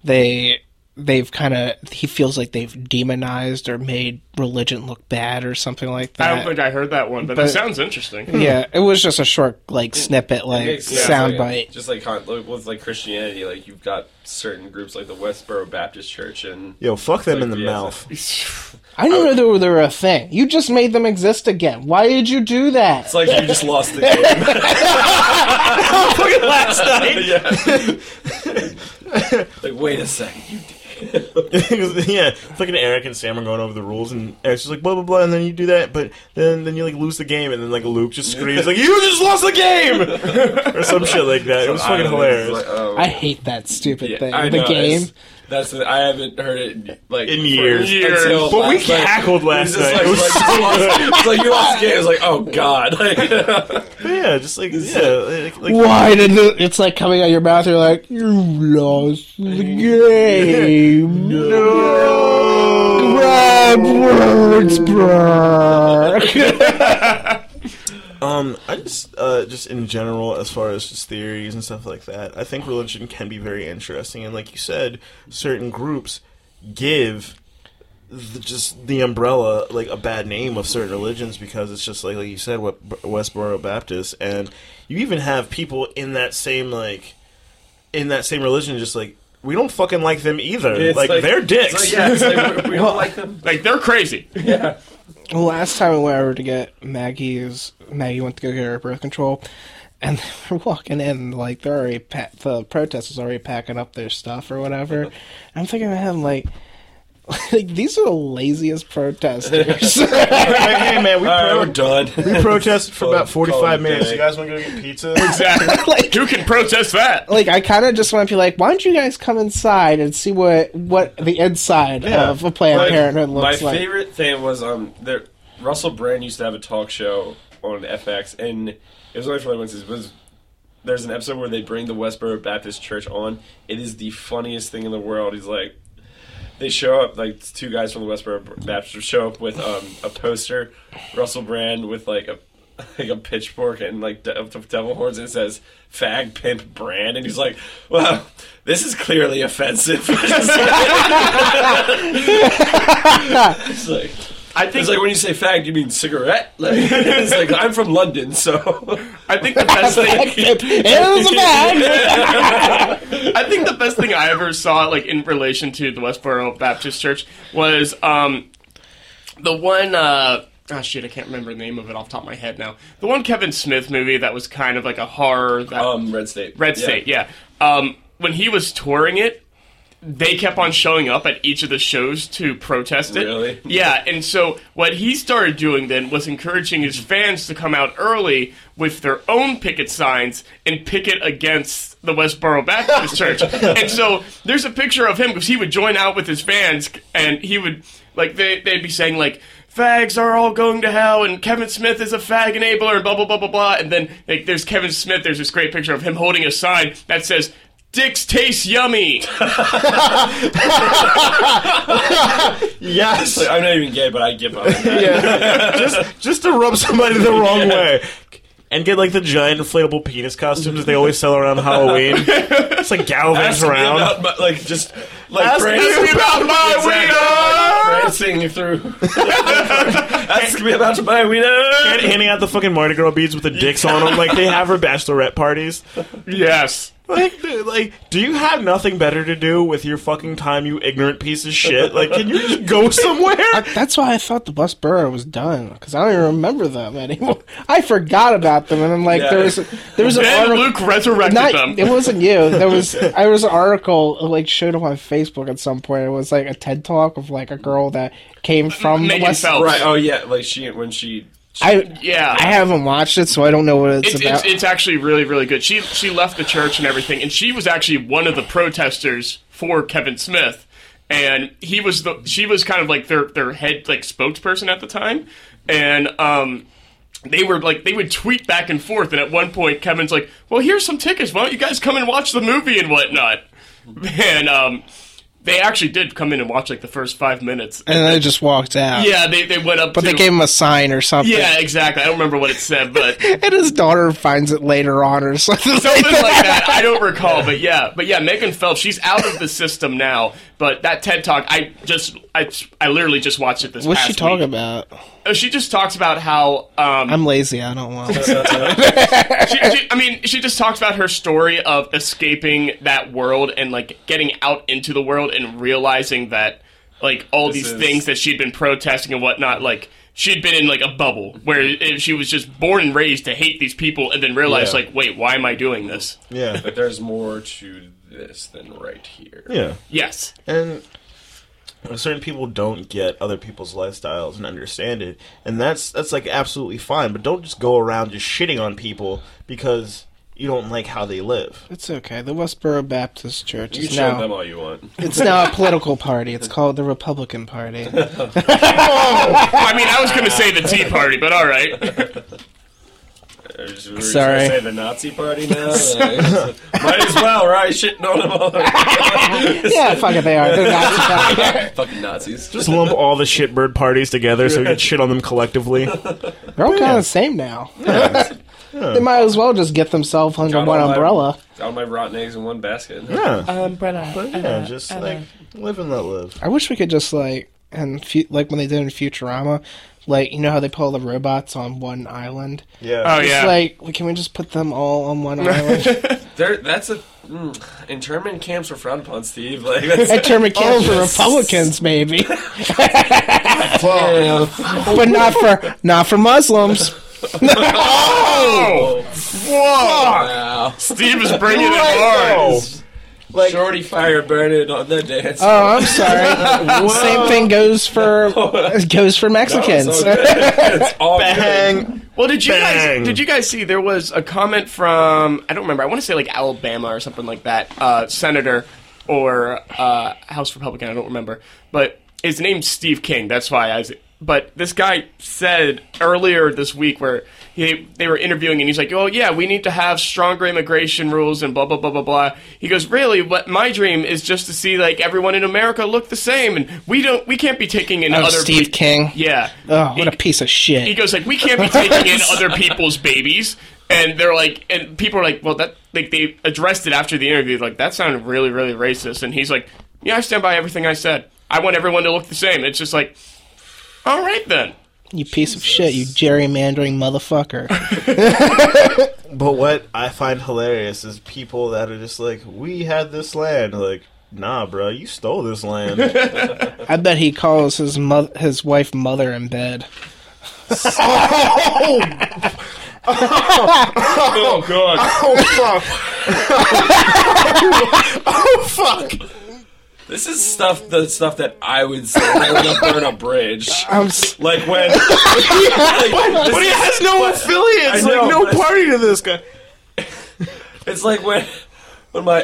[SPEAKER 4] they they've kind of he feels like they've demonized or made religion look bad or something like
[SPEAKER 3] I
[SPEAKER 4] that.
[SPEAKER 3] don't think I heard that one, but that sounds interesting.
[SPEAKER 4] yeah, it was just a short like snippet, like
[SPEAKER 2] Yeah,
[SPEAKER 4] soundbite.
[SPEAKER 2] like, Just like con- like, with like Christianity, like you've got certain groups like the Westboro Baptist Church and
[SPEAKER 1] Yo, fuck them in the
[SPEAKER 2] Like, yeah,
[SPEAKER 1] mouth.
[SPEAKER 4] I didn't know they were, they were a thing. You just made them exist again. Why did you do that?
[SPEAKER 2] it's like you just lost the game.
[SPEAKER 3] Last night.
[SPEAKER 2] yeah. like wait a second, you
[SPEAKER 1] yeah, fucking Eric and Sam are going over the rules, and Eric's just like blah blah blah, and then you do that, but then then you like lose the game, and then like Luke just screams like you just lost the game or some shit like that. It was fucking
[SPEAKER 2] I
[SPEAKER 1] hilarious.
[SPEAKER 2] like, oh.
[SPEAKER 4] I hate that stupid
[SPEAKER 2] Yeah,
[SPEAKER 4] thing.
[SPEAKER 2] I
[SPEAKER 4] the
[SPEAKER 2] know,
[SPEAKER 4] game.
[SPEAKER 2] it's- That's the, I haven't heard it in, like
[SPEAKER 1] In
[SPEAKER 2] for-
[SPEAKER 1] years.
[SPEAKER 3] Years.
[SPEAKER 2] until
[SPEAKER 1] But we
[SPEAKER 2] last night.
[SPEAKER 1] cackled last
[SPEAKER 2] It's just
[SPEAKER 1] night.
[SPEAKER 2] Like,
[SPEAKER 1] It was so
[SPEAKER 2] like, you lost- it's like you lost the game. It's like oh god. Like,
[SPEAKER 1] But yeah, just like yeah, like, like
[SPEAKER 4] Why did it, it's like coming out your mouth? You're like, you lost the game.
[SPEAKER 1] no.
[SPEAKER 4] Grab words, bruh.
[SPEAKER 1] Um, I just, uh, just in general, as far as just theories and stuff like that, I think religion can be very interesting. And like you said, certain groups give the, just the umbrella like a bad name of certain religions because it's just like like you said, what Westboro Baptist, and you even have people in that same like in that same religion, just like we don't fucking like them either.
[SPEAKER 2] it's
[SPEAKER 1] Like, they're dicks.
[SPEAKER 2] It's like, yeah, it's like, we, we don't like them.
[SPEAKER 3] Like they're crazy.
[SPEAKER 4] The Last time I went over to get Maggie's, Maggie went to go get her birth control, and they were walking in like they're already pa- the protesters already packing up their stuff or whatever. And I'm thinking to him like, like these are the laziest protesters.
[SPEAKER 1] Like, hey man, we
[SPEAKER 2] All right,
[SPEAKER 1] pro-
[SPEAKER 2] we're done.
[SPEAKER 1] we protested for about forty
[SPEAKER 2] Call it
[SPEAKER 1] five
[SPEAKER 2] a
[SPEAKER 1] minutes.
[SPEAKER 2] day.
[SPEAKER 1] You guys want to go get pizza?
[SPEAKER 3] Exactly.
[SPEAKER 4] like,
[SPEAKER 3] Who can protest that?
[SPEAKER 4] like I kind of just want to be like, why don't you guys come inside and see what what the inside
[SPEAKER 1] Yeah.
[SPEAKER 4] of a Planned Parenthood looks
[SPEAKER 2] my
[SPEAKER 4] like?
[SPEAKER 2] favorite thing was um, there, Russell Brand used to have a talk show on FX, and it was only for like one season. It was there's an episode where they bring the Westboro Baptist Church on. It is the funniest thing in the world. He's like, they show up like it's two guys from the Westboro Baptist show up with um, a poster, Russell Brand with like a like a pitchfork and like de- of devil horns and it says "fag pimp brand" and he's like, "Wow, this is clearly offensive." it's like.
[SPEAKER 3] I think
[SPEAKER 2] It's like when you say fag, do you mean cigarette? Like, it's like I'm from London, so
[SPEAKER 3] I think the best thing
[SPEAKER 4] it was a bag.
[SPEAKER 3] I think the best thing I ever saw, like in relation to the Westboro Baptist Church, was um, the one. Uh, oh shit, I can't remember the name of it off the top of my head now. The one Kevin Smith movie that was kind of like a horror. That,
[SPEAKER 2] um, Red State.
[SPEAKER 3] Red State, Oh, yeah. Um, when he was touring it, they kept on showing up at each of the shows to protest it.
[SPEAKER 2] Really?
[SPEAKER 3] Yeah, and so what he started doing then was encouraging his fans to come out early with their own picket signs and picket against the Westboro Baptist Church. And so there's a picture of him because he would join out with his fans and he would, like, they, they'd be saying, like, fags are all going to hell and Kevin Smith is a fag enabler and blah blah blah blah blah and then like there's Kevin Smith there's this great picture of him holding a sign that says dicks taste yummy
[SPEAKER 1] yes.
[SPEAKER 2] Like, I'm not even gay, but I give up.
[SPEAKER 1] just just to rub somebody the wrong way. And get like the giant inflatable penis costumes they always sell around Halloween. It's like Galvin's
[SPEAKER 2] Ask me
[SPEAKER 1] round.
[SPEAKER 2] about my- like just like
[SPEAKER 1] Ask
[SPEAKER 2] prancing
[SPEAKER 1] me about my
[SPEAKER 2] prancing through. Ask me about my
[SPEAKER 1] And
[SPEAKER 2] wiener.
[SPEAKER 1] handing out the fucking Mardi Gras beads with the dicks on them, like they have for bachelorette parties.
[SPEAKER 3] yes
[SPEAKER 1] Like, dude, like, do you have nothing better to do with your fucking time, you ignorant piece of shit? Like, can you just go somewhere?
[SPEAKER 4] That's why I thought the bus burrow was done because I don't even remember them anymore. I forgot about them, and I'm like,
[SPEAKER 2] Yeah.
[SPEAKER 4] there was there was an
[SPEAKER 3] then
[SPEAKER 4] article.
[SPEAKER 3] Luke resurrected
[SPEAKER 4] not,
[SPEAKER 3] them
[SPEAKER 4] It wasn't you. There was I was an article like showed up on Facebook at some point. It was like a TED talk of like a girl that came from the
[SPEAKER 3] Megan
[SPEAKER 4] West.
[SPEAKER 3] Phelps.
[SPEAKER 2] Right. Oh yeah. Like she when she.
[SPEAKER 4] I
[SPEAKER 3] yeah
[SPEAKER 4] I haven't watched it, so I don't know what it's,
[SPEAKER 3] it's,
[SPEAKER 4] about.
[SPEAKER 3] it's, it's actually really really good she she left the church and everything and she was actually one of the protesters for Kevin Smith and he was the she was kind of like their their head like spokesperson at the time and um they were like they would tweet back and forth and at one point kevin's like well here's some tickets why don't you guys come and watch the movie and whatnot and um they actually did come in and watch like the first five minutes
[SPEAKER 4] and then I just walked out.
[SPEAKER 3] yeah they, they went up
[SPEAKER 4] But they
[SPEAKER 3] to-
[SPEAKER 4] gave him a sign or something.
[SPEAKER 3] yeah exactly i don't remember what it said but
[SPEAKER 4] And his daughter finds it later on or something.
[SPEAKER 3] something
[SPEAKER 4] like that.
[SPEAKER 3] like that. I don't recall, but yeah, but yeah, Megan Phelps, she's out of the system now. But that TED Talk, I just, I, I literally just watched it this.
[SPEAKER 4] What's
[SPEAKER 3] past
[SPEAKER 4] she talking
[SPEAKER 3] week.
[SPEAKER 4] about?
[SPEAKER 3] Oh, She just talks about how, um,
[SPEAKER 4] I'm lazy. I don't want. to.
[SPEAKER 3] she, she, I mean, she just talks about her story of escaping that world and like getting out into the world and realizing that like all
[SPEAKER 2] This
[SPEAKER 3] these
[SPEAKER 2] is-
[SPEAKER 3] things that she'd been protesting and whatnot, like. She'd been in like a bubble where if she was just born and raised to hate these people, and then realized
[SPEAKER 1] Yeah.
[SPEAKER 3] like, wait, why am I doing this?
[SPEAKER 1] Yeah.
[SPEAKER 2] Like there's more to this than right here.
[SPEAKER 1] Yeah.
[SPEAKER 3] Yes.
[SPEAKER 1] And certain people don't get other people's lifestyles and understand it, and that's that's like absolutely fine. But don't just go around just shitting on people because you don't like how they live.
[SPEAKER 4] It's okay. The Westboro Baptist Church
[SPEAKER 2] You
[SPEAKER 4] is
[SPEAKER 2] can show them
[SPEAKER 4] now
[SPEAKER 2] all you want.
[SPEAKER 4] it's now a political party. It's called the Republican Party.
[SPEAKER 3] I mean, I was going to say the Tea Party, but all right.
[SPEAKER 2] We're just- we're just gonna
[SPEAKER 4] Sorry.
[SPEAKER 2] Say the Nazi party now. Might as well, right? Shitting on them all.
[SPEAKER 4] yeah, fuck it, they are. They're not
[SPEAKER 2] Fucking Nazis.
[SPEAKER 1] Just lump all the shitbird parties together so we can shit on them collectively.
[SPEAKER 4] They're all kind of the same now. they might as well just get themselves under
[SPEAKER 2] Got
[SPEAKER 4] one
[SPEAKER 2] all my-
[SPEAKER 4] umbrella.
[SPEAKER 2] all my rotten eggs in one basket.
[SPEAKER 1] Yeah,
[SPEAKER 5] Umbrella.
[SPEAKER 1] yeah, just like live and let live.
[SPEAKER 4] I wish we could just like and fu- like when they did in Futurama, like you know how they put all the robots on one island.
[SPEAKER 1] Yeah.
[SPEAKER 3] Oh,
[SPEAKER 4] It's
[SPEAKER 3] yeah.
[SPEAKER 4] like can we just put them all on one island?
[SPEAKER 2] There, that's a mm, internment camps were frowned upon, Steve. Like that's,
[SPEAKER 4] Internment camps for
[SPEAKER 2] Oh,
[SPEAKER 4] Republicans, maybe,
[SPEAKER 2] yeah.
[SPEAKER 4] but not for not for Muslims.
[SPEAKER 3] Oh! Whoa!
[SPEAKER 2] Wow.
[SPEAKER 3] Steve is bringing it
[SPEAKER 1] Oh.
[SPEAKER 3] hard.
[SPEAKER 1] Like
[SPEAKER 2] Shorty fire burning on the dance.
[SPEAKER 4] Oh, I'm sorry. Same thing goes for goes for Mexicans.
[SPEAKER 2] It's all good. It's all good.
[SPEAKER 1] bang.
[SPEAKER 3] Well, did you
[SPEAKER 1] Bang.
[SPEAKER 3] guys did you guys see there was a comment from I don't remember I want to say like Alabama or something like that uh, senator or uh, House Republican I don't remember but his name's Steve King that's why I was but this guy said earlier this week where he they were interviewing and he's like oh yeah we need to have stronger immigration rules and blah blah blah blah blah he goes really what my dream is just to see like everyone in America look the same and we don't we can't be taking in
[SPEAKER 4] Oh,
[SPEAKER 3] other
[SPEAKER 4] Steve
[SPEAKER 3] peop-
[SPEAKER 4] King.
[SPEAKER 3] yeah
[SPEAKER 4] Oh, what
[SPEAKER 3] He-
[SPEAKER 4] a piece of shit.
[SPEAKER 3] he goes like, we can't be taking in other people's babies. And they're like, and people are like, well, that like they addressed it after the interview, like that sounded really, really racist. And he's like, yeah, I stand by everything I said. I want everyone to look the same. It's just like, all right then.
[SPEAKER 4] You piece of shit, you gerrymandering motherfucker.
[SPEAKER 1] But what I find hilarious is people that are just like, we had this land. Like, nah, bro, you stole this land.
[SPEAKER 4] I bet he calls his mother, his wife mother in bed.
[SPEAKER 3] Oh god.
[SPEAKER 1] Oh,
[SPEAKER 2] This is stuff. The stuff that I would say I would burn a bridge.
[SPEAKER 4] I'm s-
[SPEAKER 2] Like when. like, this
[SPEAKER 1] but he
[SPEAKER 2] is-
[SPEAKER 1] has no affiliates.
[SPEAKER 2] I know,
[SPEAKER 1] like, no
[SPEAKER 2] but-
[SPEAKER 1] party to this guy.
[SPEAKER 2] It's like when. When my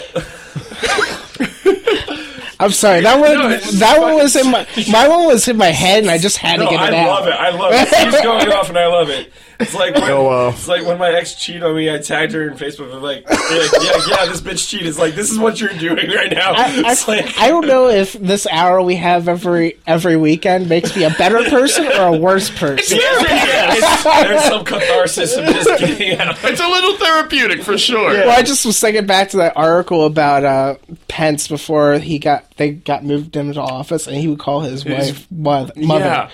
[SPEAKER 4] I'm sorry. That one
[SPEAKER 2] No, it's just
[SPEAKER 4] that one was in my my one was in my head, and I just had
[SPEAKER 2] no,
[SPEAKER 4] to get
[SPEAKER 2] I
[SPEAKER 4] it out.
[SPEAKER 2] love it. I love it. She's going off, and I love it. It's like when,
[SPEAKER 1] Go off.
[SPEAKER 2] it's like when my ex cheated on me. I tagged her in Facebook. and like, like, yeah, yeah, this bitch cheated. It's like this is what you're doing right now.
[SPEAKER 4] I,
[SPEAKER 2] It's like
[SPEAKER 4] I don't know if this hour we have every every weekend makes me a better person or a worse person.
[SPEAKER 2] there's some catharsis of just getting out.
[SPEAKER 3] It's a little therapeutic for sure.
[SPEAKER 4] Well, I just was thinking back to that article about uh, Pence before he got they got moved into office, and he would call his wife moth- mother.
[SPEAKER 3] Yeah.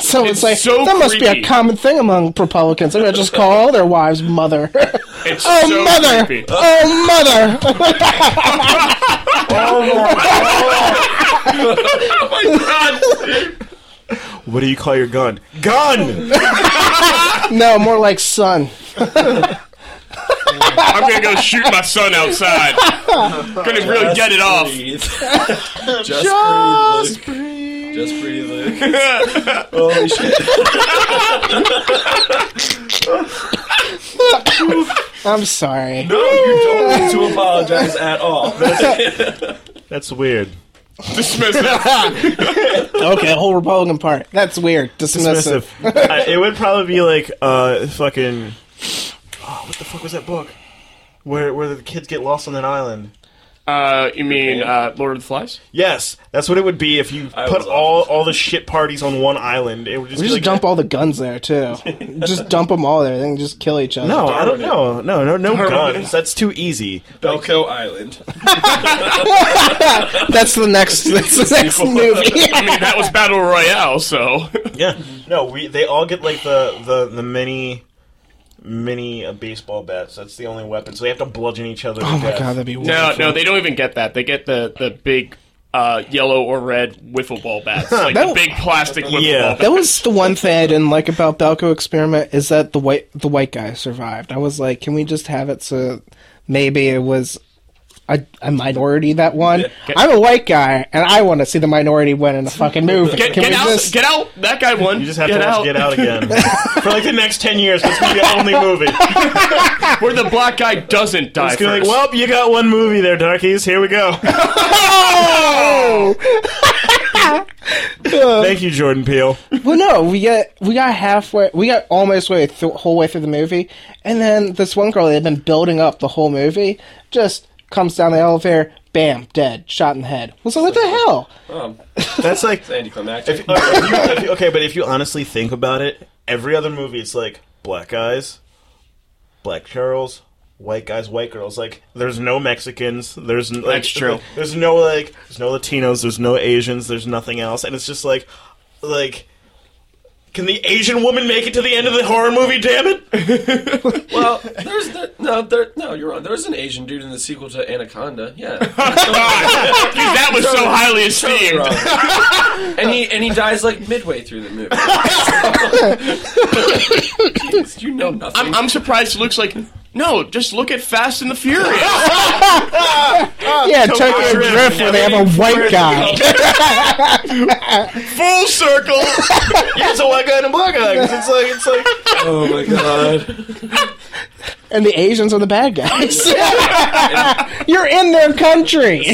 [SPEAKER 4] So it's,
[SPEAKER 3] It's
[SPEAKER 4] like
[SPEAKER 3] so
[SPEAKER 4] that must be a
[SPEAKER 3] creepy.
[SPEAKER 4] common thing among Republicans. They're gonna just call all their wives mother.
[SPEAKER 3] It's
[SPEAKER 4] oh
[SPEAKER 3] so
[SPEAKER 4] mother!
[SPEAKER 3] creepy.
[SPEAKER 4] Oh mother!
[SPEAKER 3] Oh my god.
[SPEAKER 1] What do you call your gun? Gun!
[SPEAKER 4] no, more like son.
[SPEAKER 3] I'm gonna go shoot my son outside. Gonna really get it off.
[SPEAKER 2] Breathe. just, just breathe. Luke. Just breathe, Luke. Holy shit.
[SPEAKER 4] I'm sorry.
[SPEAKER 2] No, you don't need to apologize at all.
[SPEAKER 1] That's weird.
[SPEAKER 3] Dismiss it.
[SPEAKER 4] Okay, the whole Republican part. That's weird. Dismissive.
[SPEAKER 1] Dismissive. I, it would probably be like uh fucking oh, what the fuck was that book? Where where the kids get lost on that island.
[SPEAKER 3] Uh, you mean uh, Lord of the Flies?
[SPEAKER 1] Yes, that's what it would be if you
[SPEAKER 2] I
[SPEAKER 1] put
[SPEAKER 2] was
[SPEAKER 1] all all the shit parties on one island. It would just
[SPEAKER 4] We
[SPEAKER 1] be
[SPEAKER 4] just
[SPEAKER 1] like,
[SPEAKER 4] dump all the guns there too. just dump them all there. They can just kill each other.
[SPEAKER 1] No, I don't
[SPEAKER 2] Darwin it.
[SPEAKER 1] know. No, no, no
[SPEAKER 3] Darwin
[SPEAKER 1] guns. That's too easy.
[SPEAKER 2] Belco Island.
[SPEAKER 4] that's the next. That's the next movie.
[SPEAKER 3] I mean, that was Battle Royale, so.
[SPEAKER 1] Yeah.
[SPEAKER 4] Mm-hmm.
[SPEAKER 1] No, we they all get like the the the mini mini uh, baseball bats. That's the only weapon. So they have to bludgeon each other.
[SPEAKER 4] Oh my god, that'd be
[SPEAKER 3] No,
[SPEAKER 4] wonderful.
[SPEAKER 3] no, they don't even get that. They get the the big uh, yellow or red wiffle ball bats, like
[SPEAKER 4] That-
[SPEAKER 3] the big plastic wiffle
[SPEAKER 1] Yeah.
[SPEAKER 3] ball bats.
[SPEAKER 4] That was the one thing I didn't like about Belko Experiment is that the white the white guy survived. I was like, can we just have it so maybe it was a, a minority that won.
[SPEAKER 2] Yeah.
[SPEAKER 4] I'm a white guy, and I want to see the minority win in a fucking movie.
[SPEAKER 3] Get,
[SPEAKER 4] Can
[SPEAKER 3] get
[SPEAKER 4] we
[SPEAKER 3] out!
[SPEAKER 4] just-
[SPEAKER 3] Get out! That guy won.
[SPEAKER 1] You just have to watch Get Out again for like the next ten years. It's gonna be the only movie.
[SPEAKER 3] Where the black guy doesn't die
[SPEAKER 1] It's gonna be
[SPEAKER 3] first.
[SPEAKER 1] like, well, you got one movie there, darkies. Here we go.
[SPEAKER 4] Oh!
[SPEAKER 1] Thank you, Jordan Peele.
[SPEAKER 4] Well, no, we got we got halfway, we got almost way th- whole way through the movie, and then this one girl they had been building up the whole movie just comes down the elevator, bam, dead, shot in the head. Was like, what the hell?
[SPEAKER 2] Um,
[SPEAKER 1] That's like
[SPEAKER 2] anticlimactic.
[SPEAKER 1] If- okay, if you- if you- okay, but if you honestly think about it, every other movie it's like black guys, black girls, white guys, white girls. Like there's no Mexicans. There's n- like,
[SPEAKER 3] That's true.
[SPEAKER 1] There's no like there's no Latinos. There's no Asians. There's nothing else, and it's just like like. Can the Asian woman make it to the end of the horror movie? Damn it!
[SPEAKER 2] well, there's the, no, there, no, you're wrong. There's an Asian dude in the sequel to Anaconda. Yeah,
[SPEAKER 3] Dude, that was so highly esteemed.
[SPEAKER 2] Wrong. and he and he dies like midway through the movie. Jeez, you know nothing.
[SPEAKER 3] I'm, I'm surprised. Luke's like, no, just look at Fast and the Furious.
[SPEAKER 4] yeah, Tokyo
[SPEAKER 1] Drift,
[SPEAKER 4] Drift where they have a white guy.
[SPEAKER 3] Full circle.
[SPEAKER 1] Yeah, it's a white guy and a black guy. 'cause It's like it's like
[SPEAKER 2] oh my god.
[SPEAKER 4] and the Asians are the bad guys. You're in their country.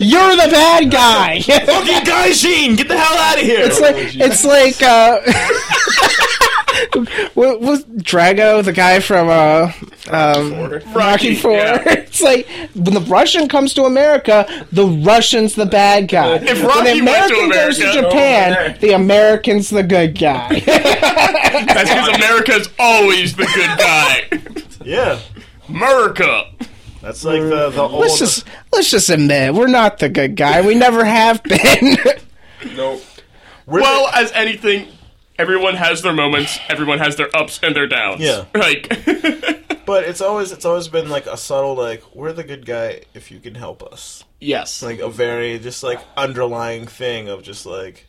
[SPEAKER 4] You're the bad guy. it's
[SPEAKER 1] fucking Guy Sheen, get the hell out of here!
[SPEAKER 4] like it's like uh, what was Drago, the guy from uh, um, Rocky Four?
[SPEAKER 3] yeah.
[SPEAKER 4] It's like when the Russian comes to America, the Russian's the bad guy.
[SPEAKER 3] If
[SPEAKER 4] when the
[SPEAKER 3] Rocky went to
[SPEAKER 4] American goes to
[SPEAKER 3] America- oh,
[SPEAKER 2] there.
[SPEAKER 4] Japan, the American's the good guy.
[SPEAKER 3] That's because America's always the good guy.
[SPEAKER 1] yeah,
[SPEAKER 3] America.
[SPEAKER 1] that's like the the old.
[SPEAKER 4] let's just let's just admit we're not the good guy. We never have been.
[SPEAKER 2] Nope.
[SPEAKER 1] we're the-
[SPEAKER 3] Well, as anything, everyone has their moments. Everyone has their ups and their downs.
[SPEAKER 1] Yeah.
[SPEAKER 3] Like,
[SPEAKER 1] But it's always it's always been like a subtle like we're the good guy if you can help us.
[SPEAKER 3] yes.
[SPEAKER 1] Like a very just like underlying thing of just like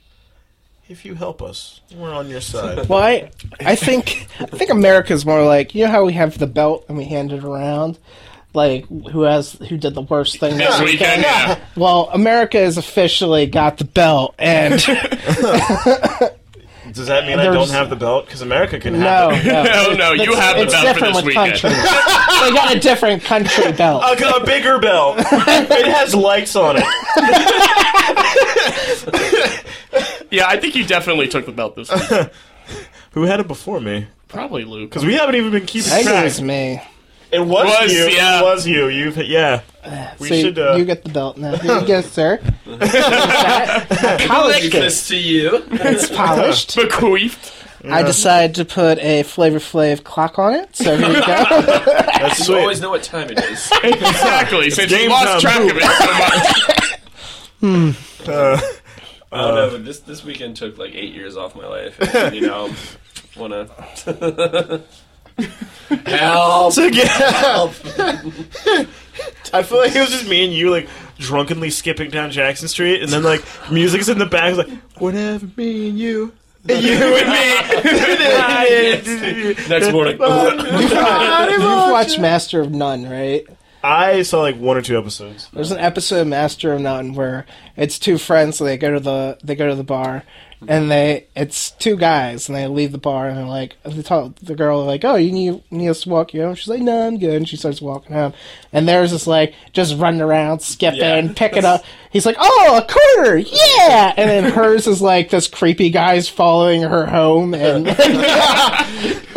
[SPEAKER 1] if you help us, we're on your side.
[SPEAKER 4] well, I, I think I think America's more like you know how we have the belt and we hand it around, like who has who did the worst thing this
[SPEAKER 3] This weekend, yeah.
[SPEAKER 4] Well, America has officially got the belt, and
[SPEAKER 1] Does that mean I
[SPEAKER 4] There's-
[SPEAKER 1] don't have the belt? Because America can
[SPEAKER 4] no,
[SPEAKER 1] have it.
[SPEAKER 4] no,
[SPEAKER 3] No, no, you have the
[SPEAKER 4] it's
[SPEAKER 3] belt for
[SPEAKER 4] different
[SPEAKER 3] this
[SPEAKER 4] with
[SPEAKER 3] weekend. Oh,
[SPEAKER 4] countries. they got a different country belt.
[SPEAKER 1] I got a bigger belt. it has lights on it.
[SPEAKER 3] Yeah, I think you definitely took the belt this week.
[SPEAKER 1] Who had it before me?
[SPEAKER 3] Probably Luke.
[SPEAKER 1] Because we haven't even been keeping
[SPEAKER 4] I think it
[SPEAKER 1] track.
[SPEAKER 4] was me.
[SPEAKER 1] It was,
[SPEAKER 3] Was,
[SPEAKER 1] you.
[SPEAKER 3] yeah.
[SPEAKER 1] It was you. You've yeah. We
[SPEAKER 4] so
[SPEAKER 1] should. Uh,
[SPEAKER 4] you get the belt now. Here you go, sir. College kid.
[SPEAKER 2] This to you.
[SPEAKER 4] It's polished.
[SPEAKER 3] Bequeathed.
[SPEAKER 4] I decided to put a Flavor Flav clock on it, so here we go.
[SPEAKER 1] that's
[SPEAKER 2] You
[SPEAKER 1] sweet.
[SPEAKER 2] always know what time it is.
[SPEAKER 3] Exactly. Since you
[SPEAKER 1] game
[SPEAKER 3] lost
[SPEAKER 1] time.
[SPEAKER 3] track of it so much.
[SPEAKER 1] Uh,
[SPEAKER 2] I don't know, Oh, but this this weekend took like eight years off my life. And, you know, wanna help?
[SPEAKER 1] So, yeah. I feel like it was just me and you, like, drunkenly skipping down Jackson Street, and then, like, music's in the back, like, whatever, me and you. And you and me.
[SPEAKER 2] Next morning.
[SPEAKER 4] You've watched Master of None, right?
[SPEAKER 1] I saw, like, one or two episodes.
[SPEAKER 4] There's an episode of Master of None where it's two friends. So they go to the they go to the bar, and they it's two guys, and they leave the bar, and they're like they tell the girl like, "Oh, you need need us to walk you home?" She's like, "No, I'm good." And she starts walking home, and there's this like just running around, skipping,
[SPEAKER 2] Yeah.
[SPEAKER 4] picking up. He's like, "Oh, a quarter, yeah!" And then hers is like this creepy guy's following her home, and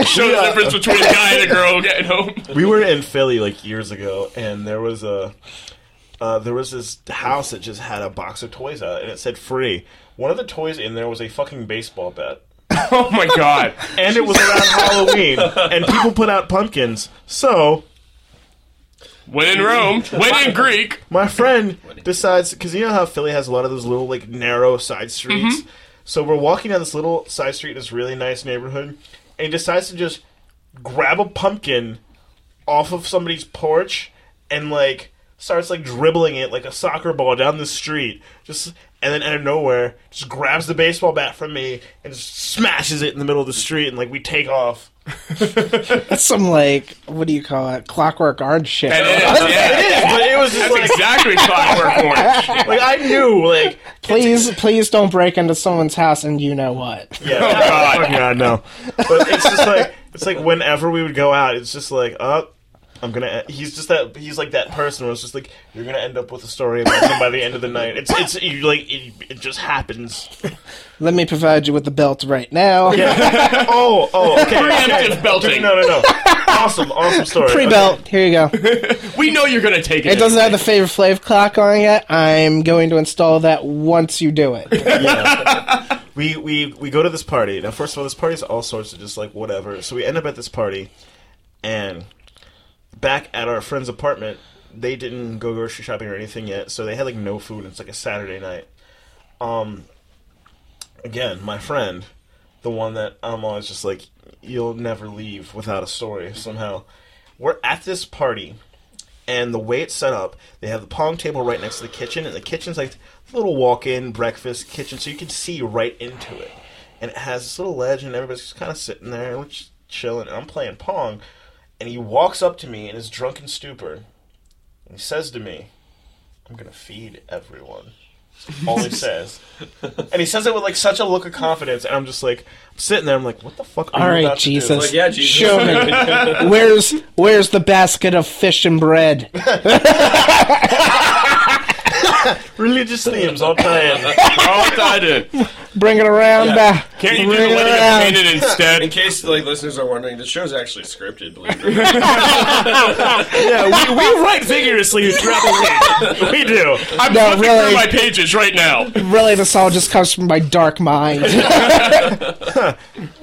[SPEAKER 3] Show the difference between a guy and a girl getting home.
[SPEAKER 1] We were in Philly, like, years ago, and there was a. Uh, there was this house that just had a box of toys out, and it said free. One of the toys in there was a fucking baseball bat.
[SPEAKER 3] Oh my god.
[SPEAKER 1] and it was around Halloween, and people put out pumpkins. So
[SPEAKER 3] When in Rome, when in Greek,
[SPEAKER 1] my friend decides because you know how Philly has a lot of those little like narrow side streets. So we're walking down this little side street in this really nice neighborhood, and he decides to just grab a pumpkin off of somebody's porch and like starts like dribbling it like a soccer ball down the street. Just and then out of nowhere, just grabs the baseball bat from me and just smashes it in the middle of the street, and like we take off.
[SPEAKER 4] That's some like what do you call it? Clockwork orange shit.
[SPEAKER 3] is, yeah.
[SPEAKER 1] But it was just
[SPEAKER 3] That's
[SPEAKER 1] like,
[SPEAKER 3] exactly clockwork orange.
[SPEAKER 1] like I knew, like
[SPEAKER 4] please, please don't break into someone's house and you know what.
[SPEAKER 1] yeah, Oh, God, God, no. But it's just like it's like whenever we would go out, it's just like, oh, I'm gonna. He's just that. He's like that person where it's just like you're gonna end up with a story about him by the end of the night. It's it's you like it, it just happens.
[SPEAKER 4] Let me provide you with the belt right now.
[SPEAKER 1] Yeah. oh, oh, okay. okay.
[SPEAKER 3] Preemptive belting.
[SPEAKER 1] No, no, no. Awesome, awesome story.
[SPEAKER 4] Pre belt. Here you go.
[SPEAKER 3] We know you're gonna take it.
[SPEAKER 4] It doesn't have the favorite Flav clock on yet. I'm going to install that once you do it.
[SPEAKER 1] yeah. We, we we go to this party. Now, first of all, this party's all sorts of just like whatever. So we end up at this party, and back at our friend's apartment, they didn't go grocery shopping or anything yet, so they had like no food. It's like a Saturday night. Um, again, my friend, the one that I'm always just like, you'll never leave without a story somehow. We're at this party and the way it's set up, they have the pong table right next to the kitchen, and the kitchen's like a little walk-in breakfast kitchen, so you can see right into it. And it has this little ledge, and everybody's just kind of sitting there, and we're just chilling. And I'm playing pong, and he walks up to me in his drunken stupor, and he says to me, "I'm gonna feed everyone." That's All he says, and he says it with like such a look of confidence, and I'm just like I'm sitting there. I'm like, "What the fuck?" Are
[SPEAKER 4] All
[SPEAKER 1] you
[SPEAKER 4] right,
[SPEAKER 1] about to do?"
[SPEAKER 4] Jesus.
[SPEAKER 2] Like, yeah, Jesus.
[SPEAKER 4] Show me. Where's where's the basket of fish and bread?
[SPEAKER 1] Religious themes all time.
[SPEAKER 3] All tied in.
[SPEAKER 4] Bring it around. back.
[SPEAKER 3] Can't you do
[SPEAKER 4] Bring
[SPEAKER 3] the
[SPEAKER 4] it
[SPEAKER 3] wedding
[SPEAKER 4] around.
[SPEAKER 3] of Canaan
[SPEAKER 2] In
[SPEAKER 3] instead?
[SPEAKER 2] case like listeners are wondering, the show's actually scripted. Believe it or not.
[SPEAKER 1] yeah, we, we
[SPEAKER 3] Right vigorously throughout the week.
[SPEAKER 1] we do.
[SPEAKER 3] I'm
[SPEAKER 4] No,
[SPEAKER 3] flipping
[SPEAKER 4] really.
[SPEAKER 3] through my pages right now.
[SPEAKER 4] Really, this all just comes from my dark mind.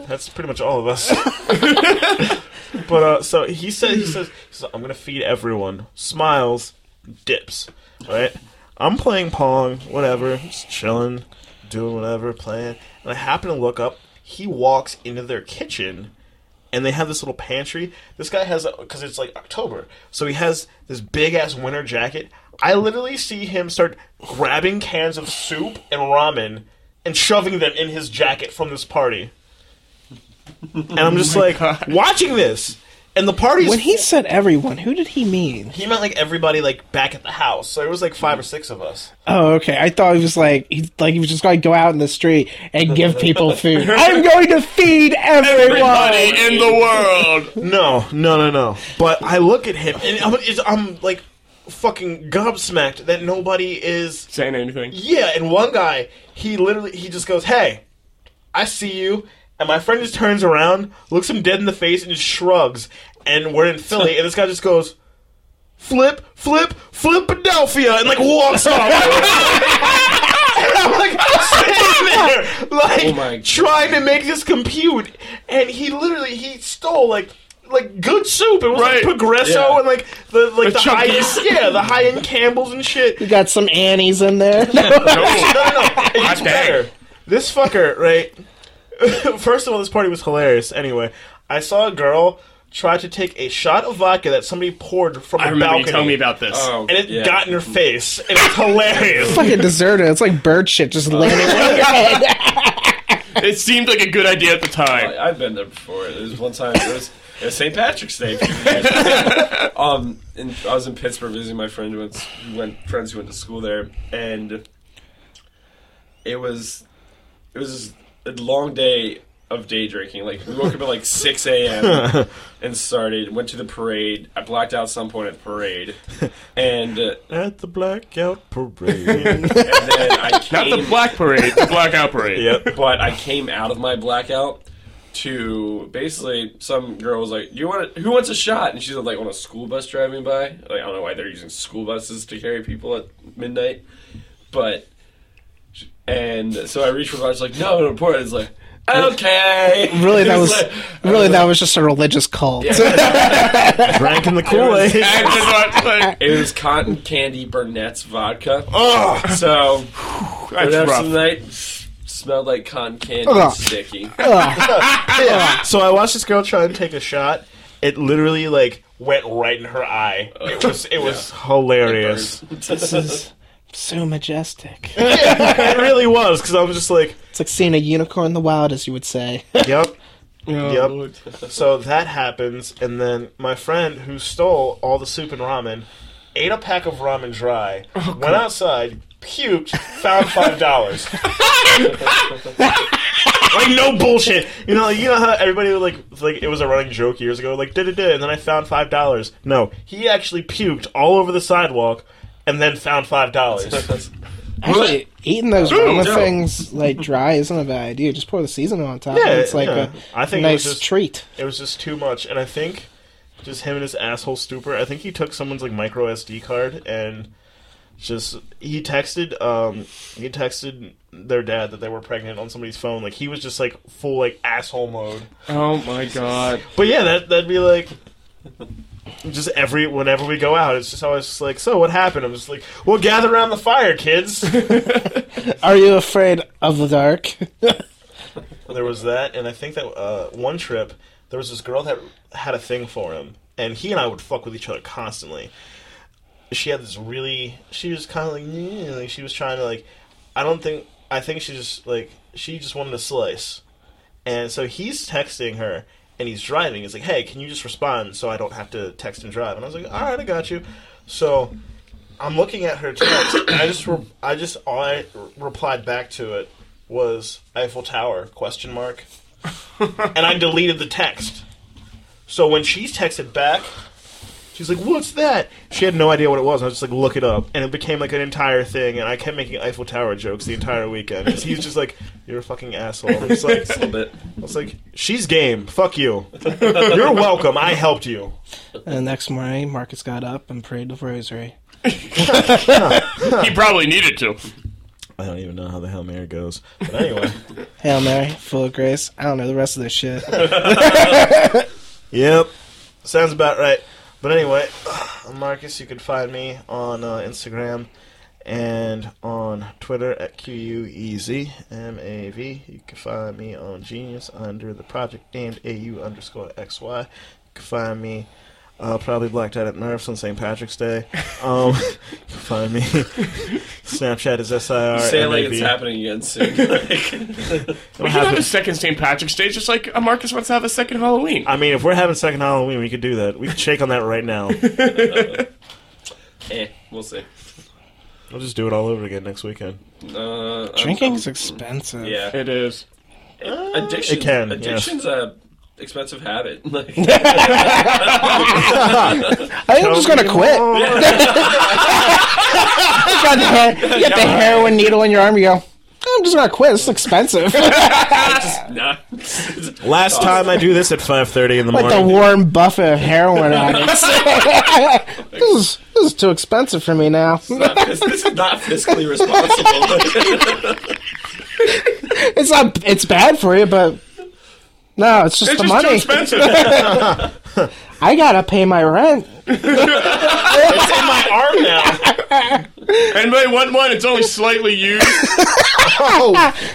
[SPEAKER 1] That's pretty much all of us. but uh, so he said, he says, he says, I'm gonna feed everyone. Smiles, dips. Right? I'm playing pong, whatever, just chilling, doing whatever, playing. And I happen to look up. He walks into their kitchen, and they have this little pantry. This guy has because it's like October, so he has this big ass winter jacket. I literally see him start grabbing cans of soup and ramen and shoving them in his jacket from this party. And I'm just like watching this, and the party's
[SPEAKER 4] when he said everyone, who did he mean?
[SPEAKER 1] he meant like everybody like back at the house. So it was like five or six of us.
[SPEAKER 4] Oh, okay. I thought he was like he like he was just going to go out in the street and give people food. I'm going to feed everyone.
[SPEAKER 3] Everybody in the world.
[SPEAKER 1] No, no, no, no. But I look at him, and I'm, it's, I'm like fucking gobsmacked that nobody is
[SPEAKER 3] Saying anything?
[SPEAKER 1] Yeah, and one guy, he literally he just goes, "Hey, I see you." And my friend just turns around, looks him dead in the face, and just shrugs. And we're in Philly, and this guy just goes, "Flip, flip, Philadelphia," and like walks off. And I'm like sitting there, like
[SPEAKER 2] Oh my God.
[SPEAKER 1] trying to make this compute, and he literally he stole like like good soup. It was
[SPEAKER 3] Right.
[SPEAKER 1] like Progresso
[SPEAKER 2] Yeah.
[SPEAKER 1] and like the like the, high
[SPEAKER 3] Chunkies.
[SPEAKER 1] yeah the high end Campbell's and shit.
[SPEAKER 4] Got some Annies in there.
[SPEAKER 1] No, no, no. It gets
[SPEAKER 3] dang.
[SPEAKER 1] better. This fucker, right? First of all, this party was hilarious. Anyway, I saw a girl try to take a shot of vodka that somebody poured from
[SPEAKER 3] I
[SPEAKER 1] a
[SPEAKER 3] remember
[SPEAKER 1] balcony.
[SPEAKER 3] you telling me about this.
[SPEAKER 2] Oh,
[SPEAKER 1] and it
[SPEAKER 2] yeah.
[SPEAKER 1] got in her face, and it's hilarious.
[SPEAKER 4] Fucking deserted. It's like bird shit just landing on your head.
[SPEAKER 3] It seemed like a good idea at the time.
[SPEAKER 2] I- I've been there before. There was one time it was, it was St. Patrick's Day. a few years ago. um, and I was in Pittsburgh visiting my friend who went, who went friends who went to school there, and it was it was a long day of day drinking. Like we woke up at like six a.m. and started. Went to the parade. I blacked out some point at the parade, and, uh,
[SPEAKER 1] At the blackout parade.
[SPEAKER 2] and then I came.
[SPEAKER 3] Not the black parade, the blackout parade.
[SPEAKER 1] yep.
[SPEAKER 2] but I came out of my blackout to basically some girl was like, "You want who wants a shot?" And she's like on a school bus driving by. Like I don't know why they're using school buses to carry people at midnight, but and so I reached for my. She's like, "No, no, pour it." It's like. Okay.
[SPEAKER 4] Really,
[SPEAKER 2] It
[SPEAKER 4] that was
[SPEAKER 2] like-
[SPEAKER 4] really that was just a religious cult.
[SPEAKER 1] Drank in the Kool Aid.
[SPEAKER 3] And it's like,
[SPEAKER 2] It was cotton candy Burnett's vodka.
[SPEAKER 1] oh,
[SPEAKER 2] So
[SPEAKER 3] that's
[SPEAKER 2] Burnett's
[SPEAKER 3] rough.
[SPEAKER 2] tonight smelled like cotton candy
[SPEAKER 4] Ugh.
[SPEAKER 2] sticky.
[SPEAKER 4] Ugh.
[SPEAKER 1] yeah. So I watched this girl try to take a shot. It literally like went right in her eye. It was it was hilarious.
[SPEAKER 4] this is so majestic.
[SPEAKER 1] it really was because I was just like,
[SPEAKER 4] It's like seeing a unicorn in the wild, as you would say.
[SPEAKER 1] Yep. Yep. So that happens, and then my friend who stole all the soup and ramen ate a pack of ramen dry, went outside, puked, found five dollars. like no bullshit. You know, you know how everybody like like it was a running joke years ago, like did it did, and then I found five dollars. No, he actually puked all over the sidewalk, and then found five dollars.
[SPEAKER 4] Actually, eating
[SPEAKER 1] Oh,
[SPEAKER 4] those ramen
[SPEAKER 2] no.
[SPEAKER 4] things like dry isn't a bad idea. Just pour the seasoning on top.
[SPEAKER 1] Yeah,
[SPEAKER 4] and it's like
[SPEAKER 1] yeah.
[SPEAKER 4] a
[SPEAKER 1] I think it was
[SPEAKER 4] nice
[SPEAKER 1] just-
[SPEAKER 4] treat.
[SPEAKER 1] It was just too much, and I think just him and his asshole stupor. I think he took someone's like micro SD card and just he texted um he texted their dad that they were pregnant on somebody's phone. Like he was just like full like asshole mode.
[SPEAKER 2] Oh my god.
[SPEAKER 1] But yeah, that that'd be like. Just every whenever we go out, it's just always just like, so what happened? I'm just like, well, gather around the fire, kids.
[SPEAKER 4] Are you afraid of the dark?
[SPEAKER 1] There was that, and I think that uh, one trip there was this girl that had a thing for him, and he and I would fuck with each other constantly. She had this really. She was kind of like, "Yeah," like she was trying to like. I don't think. I think she just like she just wanted a slice, and so he's texting her. And he's driving. He's like, "Hey, can you just respond so I don't have to text and drive?" And I was like, "All right, I got you." So I'm looking at her text. and I just, re- I just, all I re- replied back to it was Eiffel Tower question mark, and I deleted the text. So when she's texted back, she's like, "What's that?" She had no idea what it was. I was just like, "Look it up," and it became like an entire thing. And I kept making Eiffel Tower jokes the entire weekend. And he's just like, "You're a fucking asshole." I was like,
[SPEAKER 2] A
[SPEAKER 1] I
[SPEAKER 2] little bit.
[SPEAKER 1] was like, "She's game. Fuck you. You're welcome. I helped you."
[SPEAKER 4] and the next morning, Marcus got up and prayed the rosary.
[SPEAKER 3] He probably needed to.
[SPEAKER 1] I don't even know how the Hail Mary goes, but anyway.
[SPEAKER 4] Hail Mary, full of grace. I don't know the rest of this shit.
[SPEAKER 1] Yep. Sounds about right. But anyway, I'm Marcus. You can find me on uh, Instagram and on Twitter at E QUEZMAV. You can find me on Genius under the project named AU underscore XY. You can find me uh, probably blacked out at Nerfs on St. Patrick's Day. Um, you can find me. Snapchat is SIR.
[SPEAKER 2] Say it like it's happening again soon. Like,
[SPEAKER 3] We can have a second St. Patrick's Day, just like uh, Marcus wants to have a second Halloween.
[SPEAKER 1] I mean, if we're having second Halloween, we could do that. We could shake on that right now.
[SPEAKER 2] eh, we'll see.
[SPEAKER 1] We'll just do it all over again next weekend.
[SPEAKER 2] Uh, I'm-
[SPEAKER 4] Drinking's expensive.
[SPEAKER 2] yeah.
[SPEAKER 3] It is.
[SPEAKER 2] addiction.
[SPEAKER 1] It can,
[SPEAKER 2] Addiction's a expensive habit. Like,
[SPEAKER 4] I think I'm just gonna quit. You got the, you got the heroin needle in your arm. You go. I'm just gonna quit. It's expensive. like
[SPEAKER 2] nah.
[SPEAKER 1] Last time I do this at 5:30 in the
[SPEAKER 4] the
[SPEAKER 1] morning.
[SPEAKER 4] Warren Buffet of heroin addicts. this, is, this is too expensive for me now.
[SPEAKER 2] this, this is not fiscally responsible.
[SPEAKER 4] It's not. It's bad for you, but no, it's just
[SPEAKER 3] It's
[SPEAKER 4] the
[SPEAKER 3] just too
[SPEAKER 4] money.
[SPEAKER 3] expensive.
[SPEAKER 4] I gotta pay my rent.
[SPEAKER 1] it's in my arm now.
[SPEAKER 3] Anybody want one? It's only slightly used.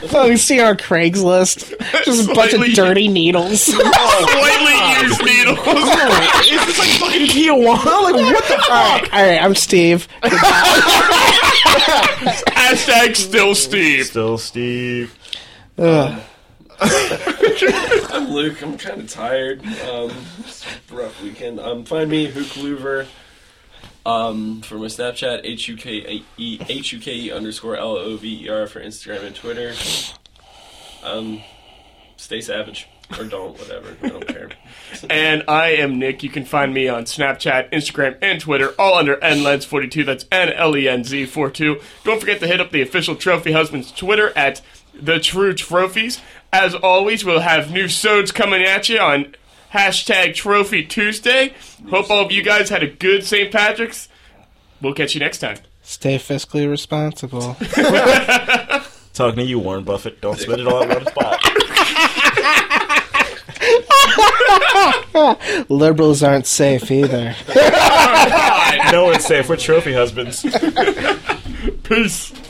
[SPEAKER 4] So you see on Craigslist, just a bunch
[SPEAKER 3] Slightly-
[SPEAKER 4] of dirty needles.
[SPEAKER 3] slightly used needles.
[SPEAKER 1] Is this like fucking Tijuana? Like what the
[SPEAKER 4] All right, all right. I'm Steve.
[SPEAKER 3] Hashtag still Steve.
[SPEAKER 1] Still Steve.
[SPEAKER 4] Ugh.
[SPEAKER 2] I'm Luke. I'm kind of tired. Um, it's a rough weekend. Um, find me Hookluver. Um, for my Snapchat, H U K E H U K E underscore L O V E R for Instagram and Twitter. Um, stay savage or don't, whatever. I don't care.
[SPEAKER 3] And I am Nick. You can find me on Snapchat, Instagram, and Twitter, all under NLens42. That's N L E N Z 42. Don't forget to hit up the official Trophy Husbands Twitter at The True Trophies. As always, we'll have new sods coming at you on hashtag Trophy Tuesday. Hope all of you guys had a good St. Patrick's. We'll catch you next time.
[SPEAKER 4] Stay fiscally responsible.
[SPEAKER 1] Talking to you, Warren Buffett. Don't spend it all at one spot.
[SPEAKER 4] Liberals aren't safe either.
[SPEAKER 1] No one's safe. We're trophy husbands.
[SPEAKER 3] Peace.